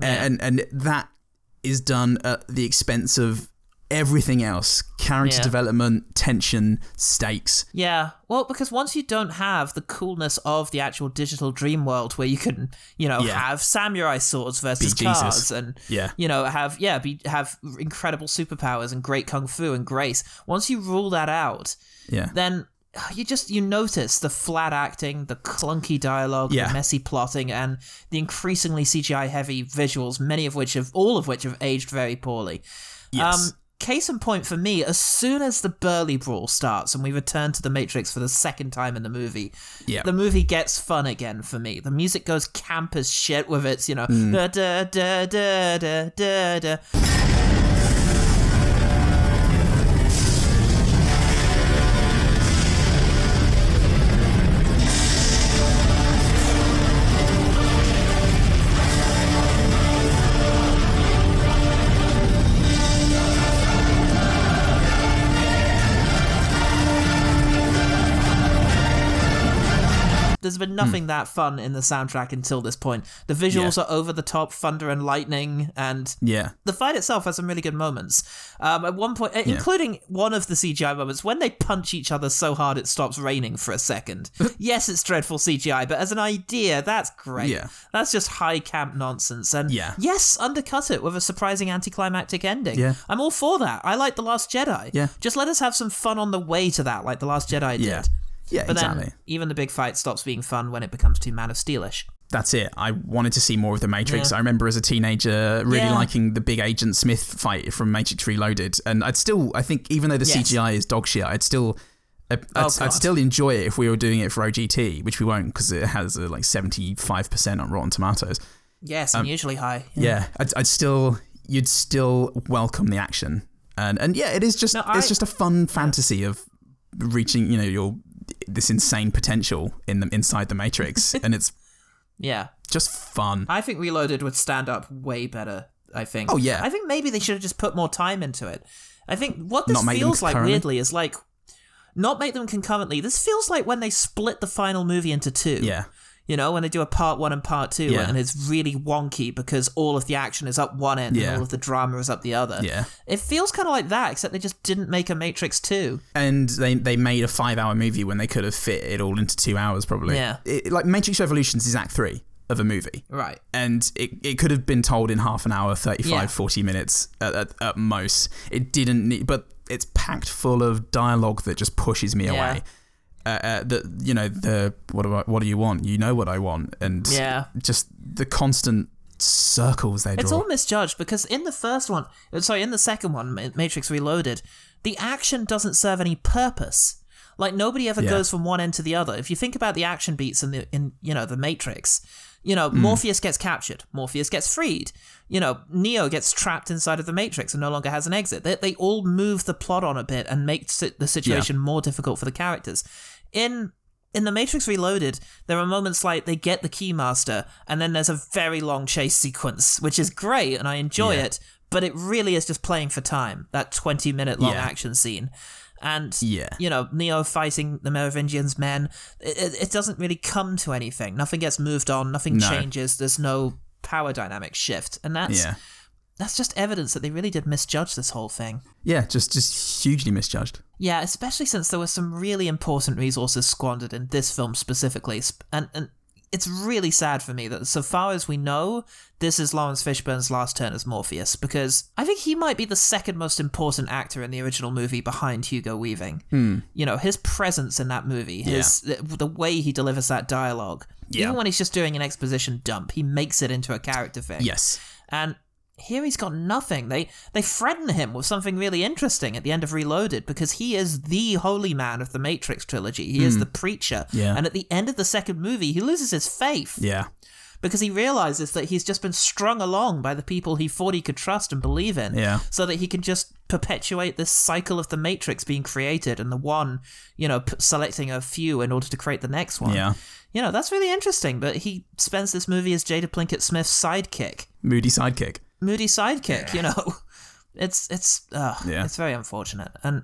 A- and and that is done at the expense of everything else character Yeah. development tension stakes Yeah, well, because once you don't have the coolness of the actual digital dream world, where you can, you know, Yeah. have samurai swords versus Jesus. cars, and Yeah. you know, have yeah, be, have incredible superpowers and great kung fu and grace. Once you rule that out, yeah then uh, you just you notice the flat acting, the clunky dialogue, Yeah. the messy plotting, and the increasingly CGI heavy visuals, many of which have all of which have aged very poorly. Um, Yes. case in point for me, as soon as the Burly Brawl starts and we return to the Matrix for the second time in the movie, Yeah. the movie gets fun again for me. The music goes camp as shit with its, you know, Mm. da da da da da da da. There's Hmm. been nothing that fun in the soundtrack until this point. The visuals Yeah. are over the top, thunder and lightning, and yeah. the fight itself has some really good moments. Um, at one point, including one of the CGI moments when they punch each other so hard it stops raining for a second. yes, it's dreadful CGI, but as an idea, that's great. Yeah. That's just high camp nonsense. And Yeah. yes, undercut it with a surprising anticlimactic ending. Yeah. I'm all for that. I like The Last Jedi. Yeah. Just let us have some fun on the way to that, like The Last Jedi Yeah. did. Yeah, But exactly. then even the big fight stops being fun when it becomes too Man of Steelish. That's it. I wanted to see more of The Matrix. I remember as a teenager really Yeah. liking the big Agent Smith fight from Matrix Reloaded. And I'd still, I think, even though the Yes. CGI is dog shit, I'd still. I- I'd, Oh, God. I'd still enjoy it if we were doing it for OGT, which we won't because it has a, like seventy five percent on Rotten Tomatoes. Yes, unusually high. Um, Yeah, I'd, I'd still, you'd still welcome the action, and and yeah, it is just No, it's I- just a fun fantasy of reaching you know your this insane potential in the inside the Matrix, and it's Yeah. just fun. I think Reloaded would stand up way better. I think. Oh, yeah. I think maybe they should have just put more time into it. I think what this Not make them feels like concurrently? weirdly is like not make them concurrently. This feels like when they split the final movie into two. Yeah, You know, when they do a part one and part two, Yeah. and it's really wonky because all of the action is up one end Yeah. and all of the drama is up the other. Yeah. It feels kind of like that, except they just didn't make a Matrix 2. and they they made a five hour movie when they could have fit it all into two hours probably. Yeah. it, like Matrix Revolutions is Act Three of a movie. Right. and it, it could have been told in half an hour 35 Yeah. 40 minutes at, at, at most it didn't need but it's packed full of dialogue that just pushes me Yeah. away uh, uh, the you know the what do I, what do you want you know what I want and Yeah. just the constant circles they draw It's all misjudged because in the first one, uh, sorry, in the second one, Ma- Matrix Reloaded, the action doesn't serve any purpose. Like nobody ever Yeah. goes from one end to the other. If you think about the action beats in the in you know the Matrix, you Hmm. know Morpheus gets captured, Morpheus gets freed, you know Neo gets trapped inside of the Matrix and no longer has an exit. They, they all move the plot on a bit and make si- the situation more difficult for the characters. In in the Matrix Reloaded, there are moments like they get the keymaster, and then there's a very long chase sequence, which is great, and I enjoy Yeah. it. But it really is just playing for time. That twenty-minute-long Yeah. action scene, and Yeah. you know, Neo fighting the Merovingians men. It, it, it doesn't really come to anything. Nothing gets moved on. Nothing No. changes. There's no power dynamic shift, and that's yeah that's just evidence that they really did misjudge this whole thing. yeah just just hugely misjudged Yeah, especially since there were some really important resources squandered in this film specifically, sp- and and it's really sad for me that so far as we know, this is Lawrence Fishburne's last turn as Morpheus because I think he might be the second most important actor in the original movie behind Hugo Weaving. You know, his presence in that movie, his the, the way he delivers that dialogue, Yeah. even when he's just doing an exposition dump, he makes it into a character thing yes and here he's got nothing. They they threaten him with something really interesting at the end of Reloaded because he is the holy man of the Matrix trilogy. He is the preacher. Hmm. Yeah. And at the end of the second movie, he loses his faith yeah because he realizes that he's just been strung along by the people he thought he could trust and believe in. Yeah. So that he can just perpetuate this cycle of the Matrix being created and the one, you know, p- selecting a few in order to create the next one. Yeah. You know, that's really interesting. But he spends this movie as Jada Plinkett Smith's sidekick moody sidekick moody sidekick. You know, it's it's uh, Yeah. it's very unfortunate. And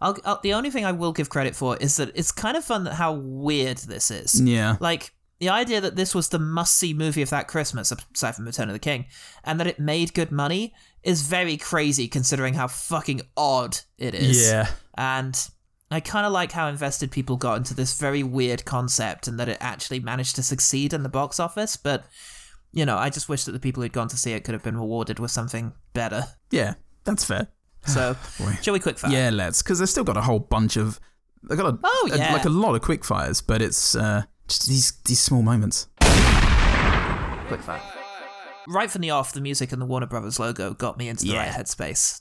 I'll, I'll, the only thing I will give credit for is that it's kind of fun that how weird this is. Yeah. like the idea that this was the must-see movie of that Christmas, aside from Return of the King, and that it made good money is very crazy considering how fucking odd it is. Yeah. and. I kind of like how invested people got into this very weird concept and that it actually managed to succeed in the box office, but you know, I just wish that the people who'd gone to see it could have been rewarded with something better. yeah that's fair So, Boy. shall we quick fire? Yeah, let's, because they've still got a whole bunch of I got a, Oh, a- yeah. like a lot of quick fires, but it's uh, just these these small moments. Quick fact. Right from the off, the music and the Warner Brothers logo got me into the right Yeah. headspace.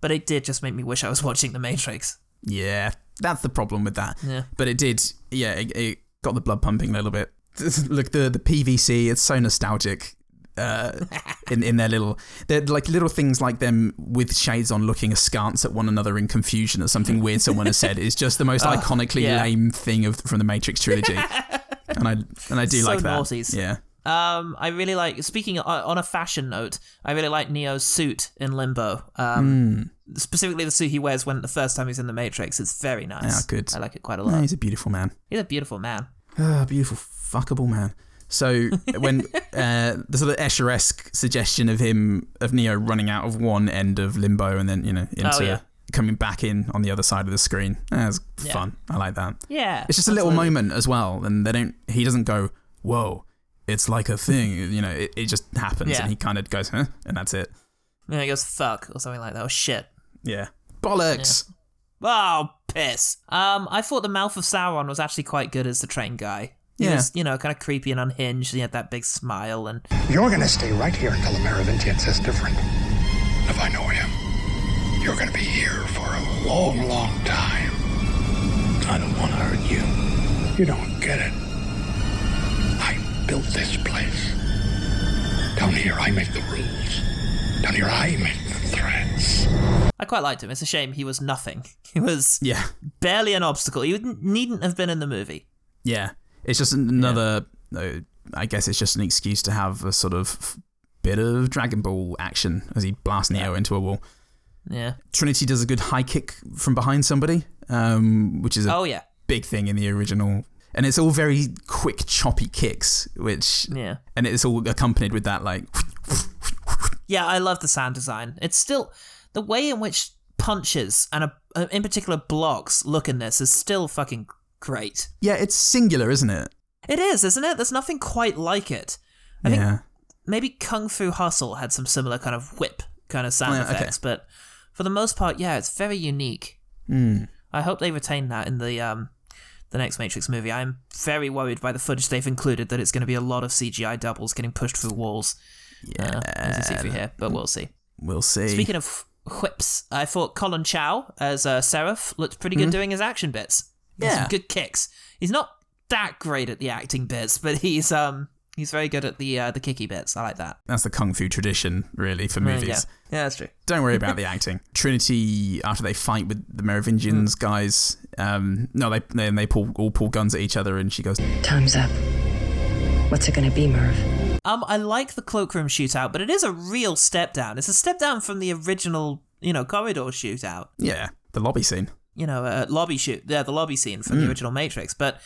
But it did just make me wish I was watching The Matrix. Yeah, that's the problem with that. Yeah. But it did, yeah, it, it got the blood pumping a little bit. Look, the the PVC, it's so nostalgic. Uh, in in their little, they're like little things like them with shades on, looking askance at one another in confusion at something weird someone has said is just the most iconically Uh, yeah. lame thing of from the Matrix trilogy. and I and I do So like that. naughties. Yeah, Um, I really like speaking o- on a fashion note. I really like Neo's suit in Limbo. Um, Hmm. specifically the suit he wears when the first time he's in the Matrix. It's very nice. Yeah, Ah, good. I like it quite a No, lot. he's a beautiful man. He's a beautiful man. Ah, beautiful, fuckable man. So when uh, the sort of Escher-esque suggestion of him of Neo running out of one end of limbo and then you know into Oh, yeah. coming back in on the other side of the screen, that was fun. I like that. Yeah, It's just a little moment as well, and they don't. He doesn't go, "Whoa, it's like a thing." You know, it, it just happens, Yeah. and he kind of goes, "Huh," and that's it. And he goes fuck or something like that. Oh shit. Yeah, bollocks. Oh piss. Um, I thought the mouth of Sauron was actually quite good as the train guy. He Yeah. was, you know, kind of creepy and unhinged. and He had that big smile and You're gonna stay right here until the Merovingian says different. If I know him, you're gonna be here for a long, long time. I don't wanna hurt you. You don't get it. I built this place. Down here, I make the rules. Down here, I make the threats. I quite liked him. It's a shame he was nothing. He was Yeah, barely an obstacle. He wouldn't- needn't have been in the movie. Yeah, it's just another. Uh, I guess it's just an excuse to have a sort of f- bit of Dragon Ball action as he blasts Neo into a wall. Yeah. Trinity does a good high kick from behind somebody, um, which is a Oh yeah. big thing in the original. And it's all very quick, choppy kicks, which Yeah. and it's all accompanied with that like Yeah, I love the sound design. It's still the way in which punches and a, uh, in particular blocks look in this is still fucking great. yeah, it's singular, isn't it? It is, isn't it? There's nothing quite like it. I think yeah, maybe Kung Fu Hustle had some similar kind of whip kind of sound Oh, yeah, okay. effects, but for the most part, yeah, it's very unique. Hmm. I hope they retain that in the um the next Matrix movie. I'm very worried by the footage they've included that it's going to be a lot of CGI doubles getting pushed through walls. Yeah, as you see through here, but we'll see. we'll see. Speaking of whips, I thought Colin Chow as uh, Seraph looked pretty good doing his action bits. He has some Yeah. good kicks. He's not that great at the acting bits, but he's um he's very good at the uh, the kicky bits. I like that. That's the kung fu tradition, really, for There movies. you go. Mm, Yeah, that's true. Don't worry about the acting. Trinity, after they fight with the Mm. Merovingians guys, um, no, they then they pull all pull guns at each other, and she goes, Time's up. What's it gonna be, Merv? Um, I like the cloakroom shootout, but it is a real step down. It's a step down from the original, you know, corridor shootout. "Yeah, the lobby scene." you know, uh, lobby shoot, yeah, the lobby scene Mm. from the original Matrix. But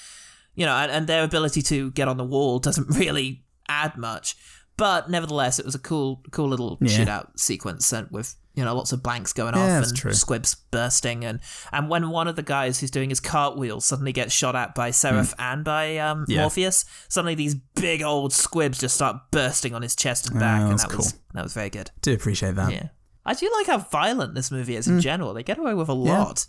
you know, and, and their ability to get on the wall doesn't really add much. But nevertheless, it was a cool, cool little Yeah. shootout sequence and with you know lots of blanks going Yeah, off that's and true. squibs bursting and and when one of the guys who's doing his cartwheel suddenly gets shot at by Seraph and by um, Mm. Yeah. Morpheus, suddenly these big old squibs just start bursting on his chest and back, and Oh, that's that was cool. that was very good. Do appreciate that. Yeah, Mm. Yeah, I do like how violent this movie is in general. They get away with a Yeah. lot.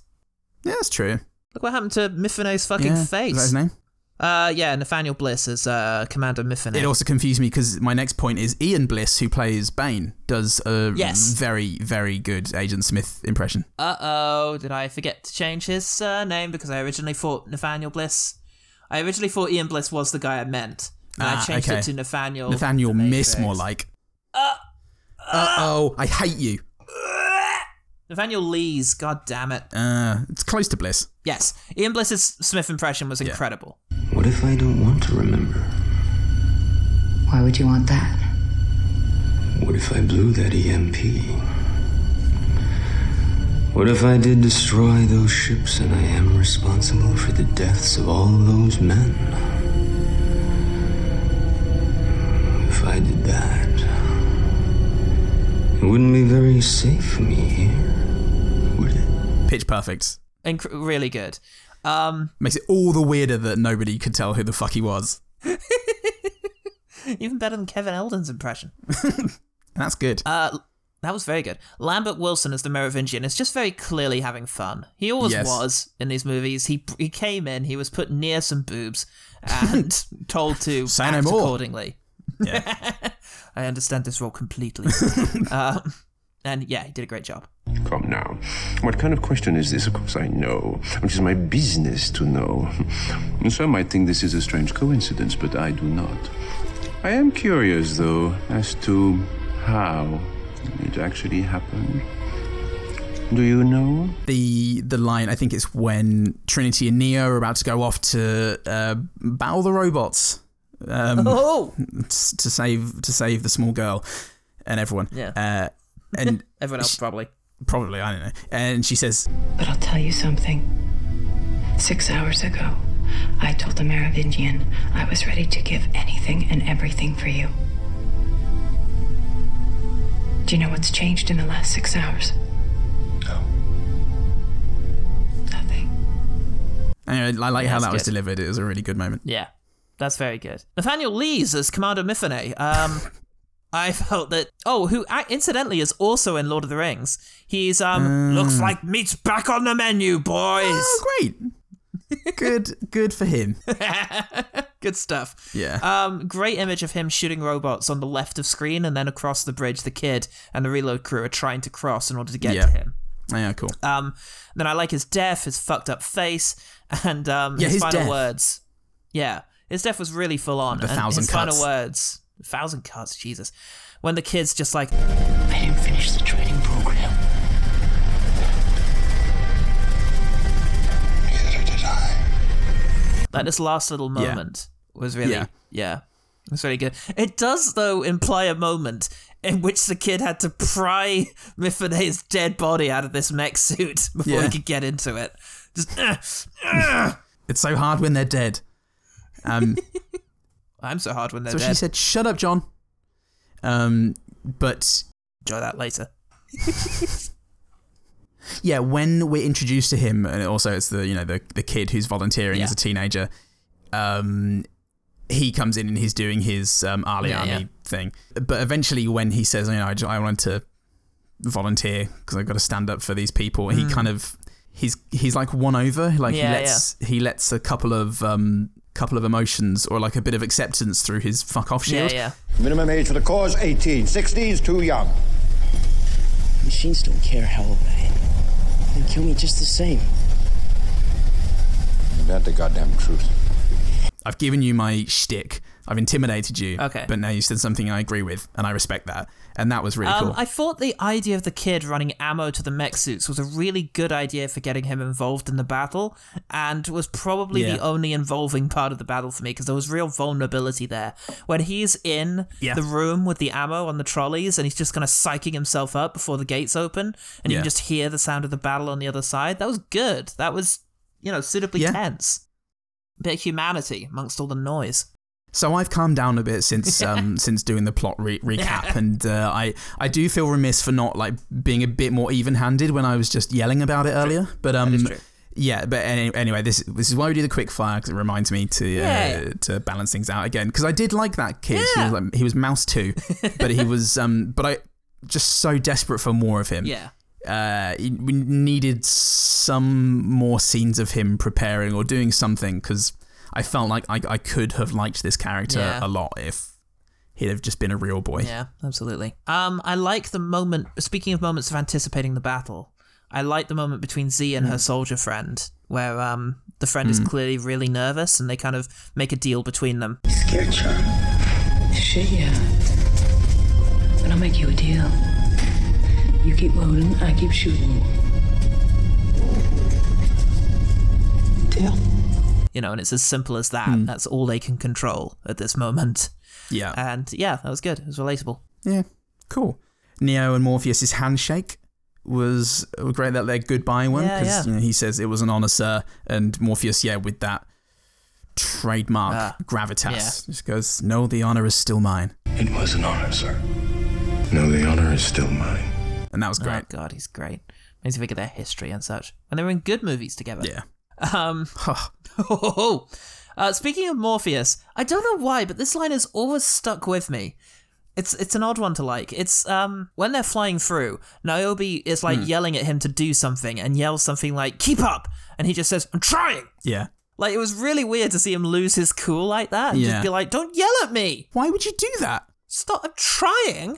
that's true. Look what happened to Mifune's fucking yeah. face. Is that his name? Uh, yeah, Nathaniel Bliss as uh, Commander Mifune. It also confused me because my next point is Ian Bliss, who plays Bane, does a Yes. very very good Agent Smith impression. uh oh, did I forget to change his surname because I originally thought Nathaniel Bliss. I originally thought Ian Bliss was the guy I meant. And I Ah, changed okay. it to Nathaniel. Nathaniel the Miss, Matrix. more like. Uh oh, I hate you. Nathaniel Lees. God damn it. Uh, it's close to Bliss. Yes, Ian Bliss's Smith impression was incredible. What if I don't want to remember? Why would you want that? What if I blew that E EMP? What if I did destroy those ships and I am responsible for the deaths of all those men? If I did that, it wouldn't be very safe for me here, would it? Pitch perfect. Inc- really good. Um, Makes it all the weirder that nobody could tell who the fuck he was. Even better than Kevin Eldon's impression. And that's good. That was very good. Lambert Wilson as the Merovingian is just very clearly having fun. He always Yes. was in these movies. He he came in, he was put near some boobs and told to Say act no more. accordingly. I understand this role completely. um, and yeah, he did a great job. Come now. What kind of question is this? Of course, I know, which is my business to know. And Some might think this is a strange coincidence, but I do not. I am curious, though, as to how it actually happened. Do you know? the the line I think it's when Trinity and Neo are about to go off to uh, battle the robots Um, oh! s- to save to save the small girl and everyone. Yeah. Uh, and Everyone else probably. probably I don't know. And she says, But I'll tell you something. Six hours ago, I told the Merovingian I was ready to give anything and everything for you. Do you know what's changed in the last six hours? No. Nothing. anyway, I like how that's that was good. delivered. It was a really good moment. Yeah, that's very good. Nathaniel Lees as Commander Miffune. Um, I felt that. Oh, who I, incidentally is also in Lord of the Rings. He's um Mm. looks like meat's back on the menu, boys. Oh, great. good, good for him. good stuff. Ah. Yeah. Um, great image of him shooting robots on the left of screen, and then across the bridge, the kid and the reload crew are trying to cross in order to get Yeah. to him. Oh, Yeah, cool. Um, then I like his death, his fucked up face, and um, Yeah, his, his final death. words. Yeah, his death was really full on. The and thousand his cuts. final words, thousand cuts, Jesus. When the kid's just like, I didn't finish the training program. Neither did I. like this last little Yeah. moment was really, yeah. Yeah. it was really good. It does though imply a moment in which the kid had to pry Mifune's dead body out of this mech suit before Yeah. he could get into it. Just, "Ugh, It's so hard when they're dead. Um, I'm so hard when they're so she dead. said, "Shut up, John." Um, but Enjoy that later. yeah, when we're introduced to him, and also it's the you know the the kid who's volunteering Yeah. as a teenager, um, he comes in and he's doing his um, Ali Yeah, Army yeah. thing. But eventually, when he says, you know, I, ju- I wanted to volunteer because I've got to stand up for these people, he kind of he's he's like won over. Like Mm. Yeah, he lets he lets a couple of um couple of emotions or like a bit of acceptance through his fuck off Yeah, shield. yeah. Minimum age for the cause 18. 16 is too young. Machines don't care how old I am. They kill me just the same. That's the goddamn truth. I've given you my shtick. I've intimidated you. Okay. But now you said something I agree with, and I respect that. And that was really Um, cool. I thought the idea of the kid running ammo to the mech suits was a really good idea for getting him involved in the battle, and was probably Yeah. the only involving part of the battle for me because there was real vulnerability there. When he's in Yeah. the room with the ammo on the trolleys and he's just kind of psyching himself up before the gates open, and you Yeah. can just hear the sound of the battle on the other side, that was good. That was, you know, suitably Yeah. tense. Bit of humanity amongst all the noise. So I've calmed down a bit since um, since doing the plot re- recap, and uh, I I do feel remiss for not like being a bit more even handed when I was just yelling about it earlier. But um, is true. yeah. But any, anyway, this this is why we do the quick fire 'cause it reminds me to Yeah. uh, to balance things out again because I did like that kid. He, was like, he was mouse two, but he was um, but I just so desperate for more of him. Yeah. uh, we needed some more scenes of him preparing or doing something because I felt like I, I could have liked this character Yeah. a lot if he'd have just been a real boy. Yeah, absolutely. Um, I like the moment. Speaking of moments of anticipating the battle, I like the moment between Z and her soldier friend, where um the friend is clearly really nervous, and they kind of make a deal between them. Scared, John. Shit, yeah. But I'll make you a deal. You keep loading, I keep shooting. Deal. You know, and it's as simple as that. That's all they can control at this moment. Yeah. And yeah, that was good. It was relatable. yeah. Cool. Neo and Morpheus's handshake was great. That their goodbye one Yeah, because yeah. you know, he says it was an honor, sir, and Morpheus, yeah, with that trademark Ah, gravitas, yeah. just goes, "No, the honor is still mine," It was an honor, sir. No, the honor is still mine. Ah, and that was great. Oh God, he's great. Makes you think of their history and such. And they were in good movies together. Yeah. Um, uh, speaking of Morpheus, I don't know why, but this line is always stuck with me. It's it's an odd one to like. It's um when they're flying through, Niobe is like Hmm. yelling at him to do something and yells something like "Keep up," and he just says "I'm trying." Yeah. Like it was really weird to see him lose his cool like that and Yeah. just be like, "Don't yell at me." Why would you do that? Stop! I'm trying.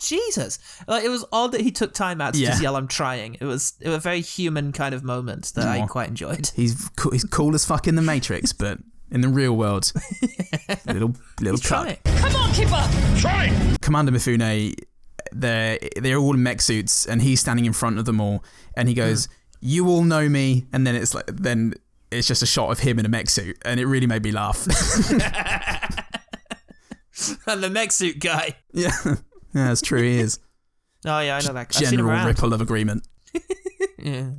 Jesus, like it was odd that he took time out to Yeah. just yell, "I'm trying." It was it was a very human kind of moment that I Aw. quite enjoyed. He's cool, he's cool as fuck in the Matrix, but in the real world, little little cut. Come on, keep up! Try! Commander Mifune, they're they're all in mech suits, and he's standing in front of them all, and he goes, Hmm. "You all know me," and then it's like then it's just a shot of him in a mech suit, and it really made me laugh. and the mech suit guy. yeah, yeah, that's true. He is Oh yeah, I know that. guy. I've seen him general around. ripple of agreement. Yeah.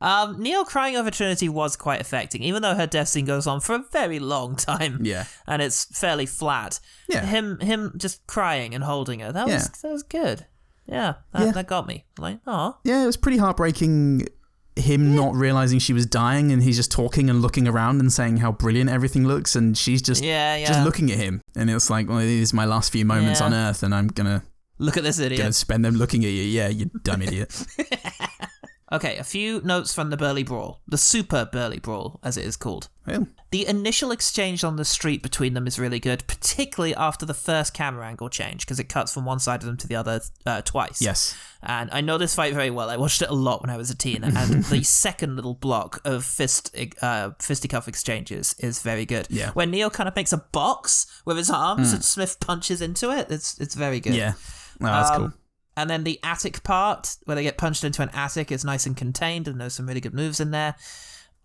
Um, Neo crying over Trinity was quite affecting, even though her death scene goes on for a very long time. Yeah. and it's fairly flat. Yeah. him him just crying and holding her. That Yeah. was that was good. Yeah, that, that got me. Like, oh, Yeah, it was pretty heartbreaking. Him not realizing she was dying, and he's just talking and looking around and saying how brilliant everything looks, and she's just Yeah, just yeah. looking at him, and it's like, well, these are my last few moments Yeah. on Earth, and I'm gonna look at this idiot. gonna spend them looking at you. Yeah, you dumb idiot. Okay, a few notes from the Burly Brawl, the Super Burly Brawl, as it is called. Yeah. The initial exchange on the street between them is really good, particularly after the first camera angle change, because it cuts from one side of them to the other uh, twice. Yes. And I know this fight very well. I watched it a lot when I was a teen, and the second little block of fist uh, fisticuff exchanges is very good. Yeah. When Neo kind of makes a box with his arms Mm. and Smith punches into it, it's it's very good. Um, Yeah. Oh, that's cool. And then the attic part, where they get punched into an attic, is nice and contained, and there's some really good moves in there.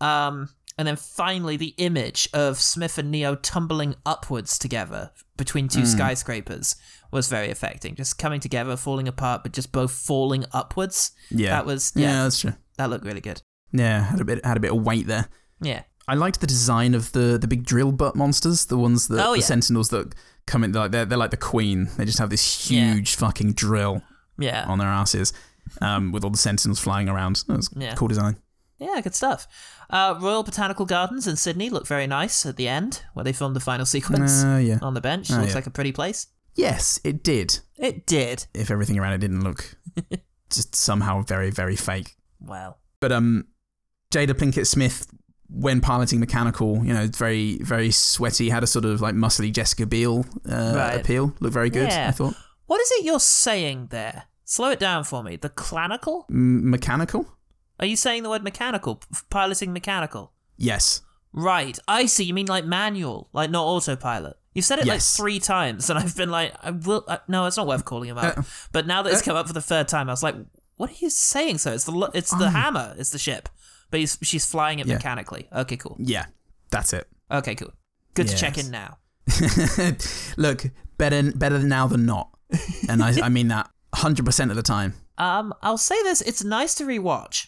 Um, and then finally, the image of Smith and Neo tumbling upwards together between two Mm. skyscrapers was very affecting. Just coming together, falling apart, but just both falling upwards. Yeah. That was, Yeah, yeah. that's true. That looked really good. Yeah, had a bit had a bit of weight there. Yeah. I liked the design of the the big drill butt monsters, the ones that Oh, the yeah. sentinels that come in. They're like they're, they're like the queen. They just have this Yeah. huge fucking drill Yeah. on their asses, um, with all the sentinels flying around. That was Yeah. cool design. Yeah, good stuff. Uh, Royal Botanical Gardens in Sydney look very nice at the end, where they filmed the final sequence Oh, yeah. on the bench. Oh, Looks yeah. like a pretty place. Yes, it did. It did. If everything around it didn't look just somehow very very fake. Well. But um, Jada Pinkett Smith, when piloting Mechanical, you know, very very sweaty, had a sort of like muscly Jessica Biel uh, Right. appeal. Looked very good. Yeah. I thought What is it you're saying there? Slow it down for me. The clanical? M- Mechanical. Are you saying the word mechanical? P- piloting mechanical? Yes. Right. I see. You mean like manual, like not autopilot. You've said it Yes. like three times, and I've been like, I will. I, no, it's not worth calling him Uh, out. but now that it's come up for the third time, I was like, what are you saying? So it's the lo- it's the Oh. hammer, it's the ship, but he's, she's flying it Yeah. mechanically. Okay, cool. Yeah, that's it. Okay, cool. Good to check Yes. in now. Look, better better now than not, and I, I mean that hundred percent of the time. Um, I'll say this: it's nice to rewatch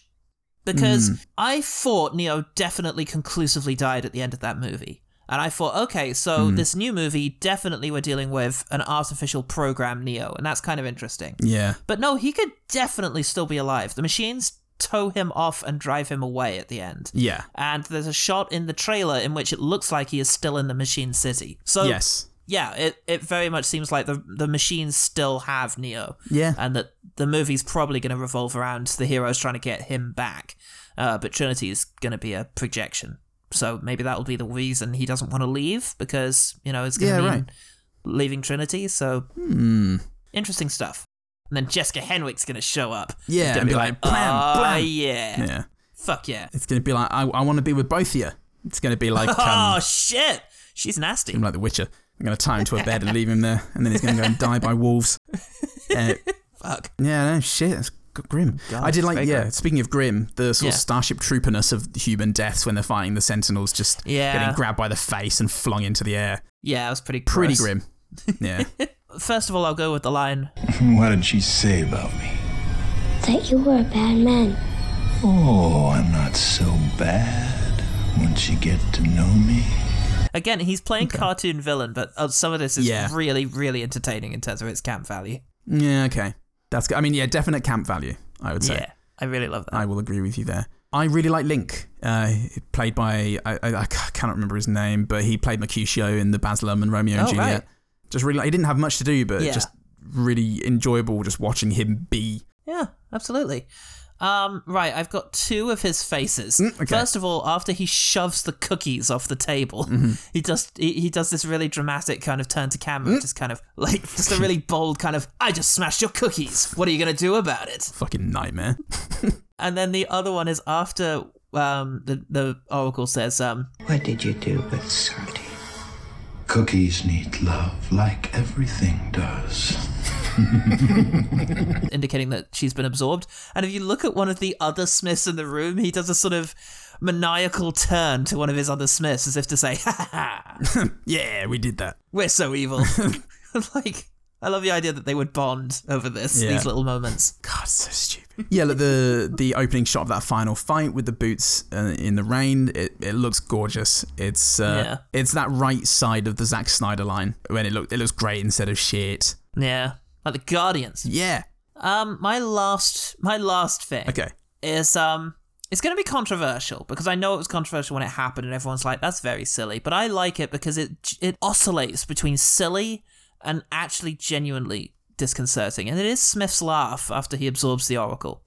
because Mm. I thought Neo definitely conclusively died at the end of that movie, and I thought, okay, so Mm. this new movie definitely we're dealing with an artificial program Neo, and that's kind of interesting. Yeah, But no, he could definitely still be alive. The machines tow him off and drive him away at the end. yeah, And there's a shot in the trailer in which it looks like he is still in the machine city. So yes, yeah, it, it very much seems like the the machines still have Neo. Yeah. And that the movie's probably going to revolve around the heroes trying to get him back. Uh, but Trinity is going to be a projection. So maybe that'll be the reason he doesn't want to leave because, you know, it's going to Yeah, mean right. leaving Trinity. So Hmm. interesting stuff. And then Jessica Henwick's going to show up. Yeah, She's gonna and be like, "Blam, "Oh, blam." yeah. yeah. Fuck yeah. It's gonna be like I, I want to be with both of you. It's gonna be like um, oh, shit. She's nasty. him like The Witcher. I'm gonna tie him to a bed and leave him there, and then he's gonna go and die by wolves. Uh, Fuck. Yeah, no shit. That's g- grim. God, I did it's like very yeah. grim. Speaking of grim, the Yeah. sort of Starship Trooperness of human deaths when they're fighting the Sentinels, just Yeah. getting grabbed by the face and flung into the air. Yeah, it was pretty Pretty gross. grim. Yeah. First of all, I'll go with the line What did she say about me? That you were a bad man. Oh, I'm not so bad once you get to know me. Again, he's playing cartoon villain, but uh, some of this is Yeah. really, really entertaining in terms of its camp value. Yeah, okay. That's good. I mean, yeah, definite camp value, I would say. Yeah, I really love that. I will agree with you there. I really like Link, uh, played by I, I, I cannot remember his name, but he played Mercutio in the Baz Luhrmann Romeo and Oh, Juliet. right. Just really, like, he didn't have much to do, but Yeah. just really enjoyable just watching him be. Yeah, absolutely. Um, right, I've got two of his faces. Mm, okay. First of all, after he shoves the cookies off the table, Mhm. he just he, he does this really dramatic kind of turn to camera, Mm. just kind of like just a really bold kind of "I just smashed your cookies. What are you gonna do about it?" Fucking nightmare. And then the other one is after um the the oracle says um What did you do with Sandy? Cookies need love like everything does. indicating that she's been absorbed. And if you look at one of the other Smiths in the room, he does a sort of maniacal turn to one of his other Smiths as if to say, "Ha ha, ha." yeah, we did that. we're so evil. like, I love the idea that they would bond over this, Yeah. these little moments. God, so stupid. yeah, look, the the opening shot of that final fight with the boots uh, in the rain, it, it looks gorgeous. It's uh, it's that right side of the Zack Snyder line when it look it looks great instead of shit. Yeah, like the Guardians. Yeah. Um, my last, my last thing. Okay. Is um, it's going to be controversial because I know it was controversial when it happened, and everyone's like, "That's very silly," but I like it because it it oscillates between silly and actually genuinely disconcerting, and it is Smith's laugh after he absorbs the Oracle.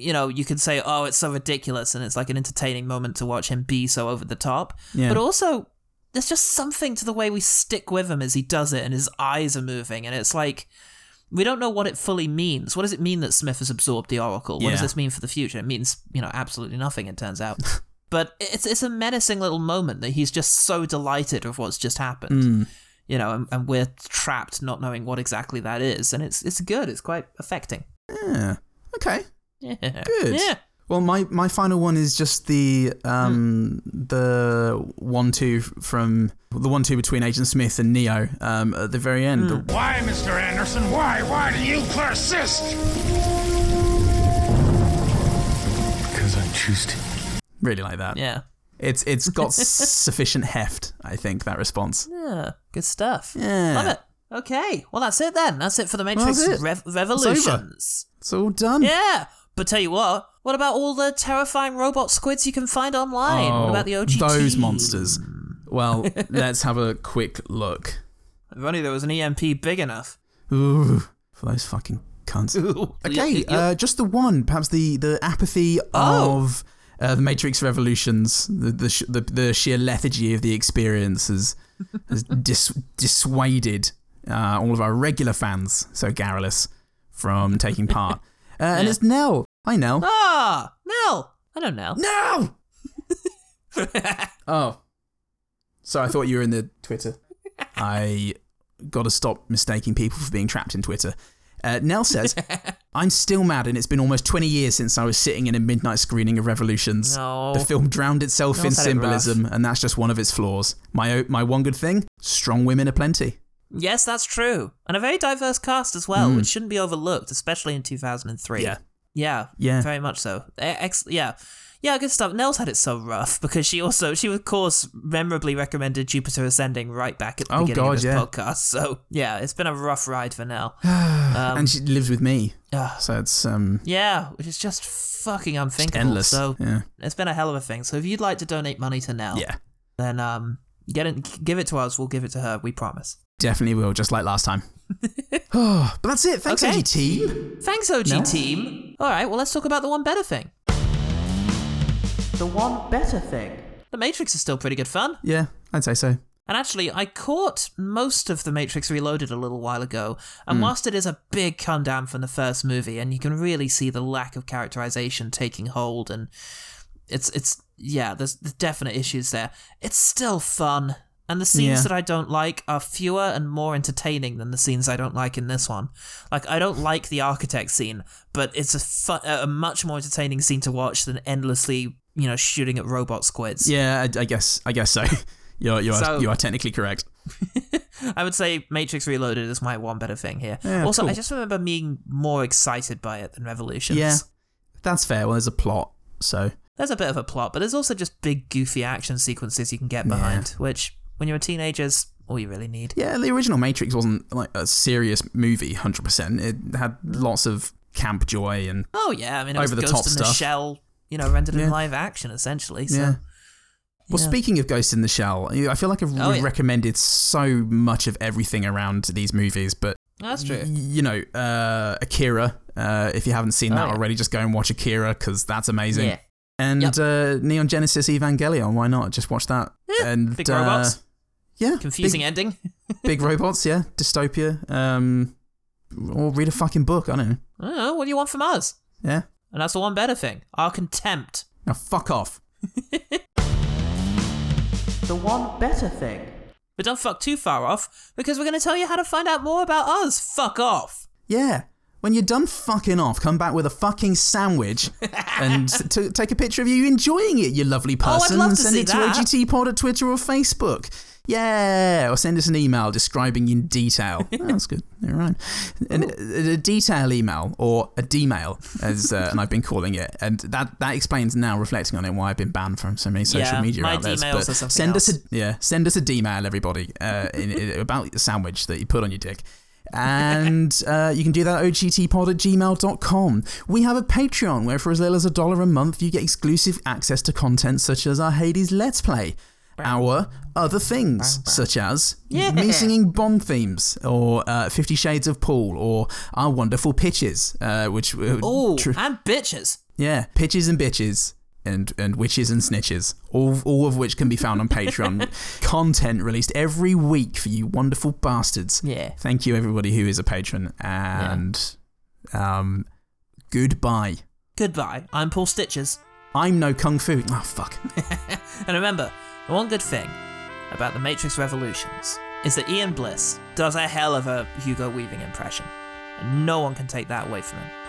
you know, you could say, oh, it's so ridiculous, and it's like an entertaining moment to watch him be so over the top. Yeah. But also, there's just something to the way we stick with him as he does it, and his eyes are moving, and it's like. We don't know what it fully means. What does it mean that Smith has absorbed the Oracle? What does Yeah. this mean for the future? It means, you know, absolutely nothing, it turns out. but it's it's a menacing little moment that he's just so delighted with what's just happened. Mm. You know, and, and we're trapped not knowing what exactly that is. And it's it's good, it's quite affecting. Yeah. Okay. Yeah. Good. Yeah. Well, my, my final one is just the um the one two from the one two between Agent Smith and Neo um at the very end. Hmm. The- Why, Mr. Anderson? Why? Why do you persist? Because I choose to. Really like that. Yeah. It's it's got sufficient heft, I think, that response. Yeah. Good stuff. Yeah. Love it. Okay. Well, that's it then. That's it for the Matrix that's it. Rev- It's Revolutions. It's all done. Yeah. But tell you what, what about all the terrifying robot squids you can find online? what Oh, about the OGT? Those monsters. Well, let's have a quick look. If only there was an EMP big enough. Ooh, for those fucking cunts. Okay, uh, just the one, perhaps the the apathy Oh. of uh, the Matrix Revolutions, the the, sh- the the sheer lethargy of the experience has has dis- dissuaded uh, all of our regular fans, so garrulous, from taking part. Uh, And it's Nell. Hi, Nell. Ah, Nell. I don't know. No. Oh, sorry, I thought you were in the Twitter. I got to stop mistaking people for being trapped in Twitter. Uh, Nell says, I'm still mad, and it's been almost 20 years since I was sitting in a midnight screening of Revolutions. No. The film drowned itself Nell's in had it rough. symbolism, and that's just one of its flaws. My, o- my one good thing strong women are plenty. Yes, that's true. And a very diverse cast as well, Mm. which shouldn't be overlooked, especially in 2003. Yeah. Yeah. Yeah. Very much so. E- Ex- yeah. Yeah, good stuff. Nell's had it so rough because she also, she of course memorably recommended Jupiter Ascending right back at the Oh, beginning God, of this yeah. podcast. So yeah, it's been a rough ride for Nell. Um, uh, and she lives with me. Ugh. So it's um, yeah, which is just fucking unthinkable. endless. So Yeah. it's been a hell of a thing. So if you'd like to donate money to Nell, Yeah. then um, get it, give it to us. We'll give it to her. We promise. definitely will, just like last time. but that's it. Thanks, Okay. okay. team. Thanks, OG No. team. All right, well, let's talk about the one better thing. The one better thing. The Matrix is still pretty good fun. Yeah, I'd say so. And actually, I caught most of The Matrix Reloaded a little while ago, and whilst it is a big come down from the first movie, and you can really see the lack of characterization taking hold, and it's it's yeah, there's, there's definite issues there. It's still fun, and the scenes Yeah. that I don't like are fewer and more entertaining than the scenes I don't like in this one. Like I don't like the architect scene, but it's a fu- a much more entertaining scene to watch than endlessly you know shooting at robot squids. Yeah, I, I guess I guess so. You're, you are So- you are technically correct. I would say Matrix Reloaded is my one better thing here. Yeah, also, cool. I just remember being more excited by it than Revolutions. Yeah, that's fair. Well, there's a plot, so There's a bit of a plot, but there's also just big, goofy action sequences you can get behind, which, when you're a teenager, is all you really need. Yeah, the original Matrix wasn't like a serious movie, hundred percent. It had lots of camp joy and Oh yeah, I mean it was Over the Ghost top in the stuff. Shell, you know, rendered Yeah. in live action essentially. So yeah. Well, yeah. speaking of Ghost in the Shell, I feel like I've Oh, yeah. recommended so much of everything around these movies, but That's true. y- You know, uh, Akira. Uh, if you haven't seen Oh, that yeah. already, just go and watch Akira because that's amazing. Yeah. And uh, Neon Genesis Evangelion. Why not? Just watch that. and Big uh, robots. Yeah. Confusing ending. big robots. Yeah, dystopia. Um, or read a fucking book. I don't know. I don't know, what do you want from us? Yeah. And that's the one better thing. Our contempt. Now fuck off. The one better thing. But don't fuck too far off, because we're gonna tell you how to find out more about us. Fuck off. Yeah. When you're done fucking off, come back with a fucking sandwich and t- take a picture of you enjoying it, you lovely Oh, I'd person, love and to send see it that. to OGT Pod at Twitter or Facebook. Yeah, or send us an email describing in detail. Oh, that's good. All right. An, uh, a, a detail email or a D-mail, as uh, and I've been calling it, and that that explains now, reflecting on it, why I've been banned from so many social Yeah, media my outlets. D-mails but are something send us else. a yeah, send us a D-mail, everybody, uh, in, in- about the sandwich that you put on your dick. And uh, you can do that at ogtpod at gmail.com. We have a Patreon where, for as little as a dollar a month, you get exclusive access to content such as our Hades Let's Play, our other things, such as Yeah. me singing Bond themes, or uh, Fifty Shades of Paul, or our wonderful pitches, uh, which. Uh, Oh, tr- and bitches. yeah, pitches and bitches and and witches and snitches, all all of which can be found on Patreon. Content released every week for you wonderful bastards. Yeah. Thank you everybody who is a patron and um goodbye. Goodbye. I'm Paul Stitches. I'm no kung fu. Oh fuck. And remember, the one good thing about the Matrix Revolutions is that Ian Bliss does a hell of a Hugo Weaving impression. And no one can take that away from him.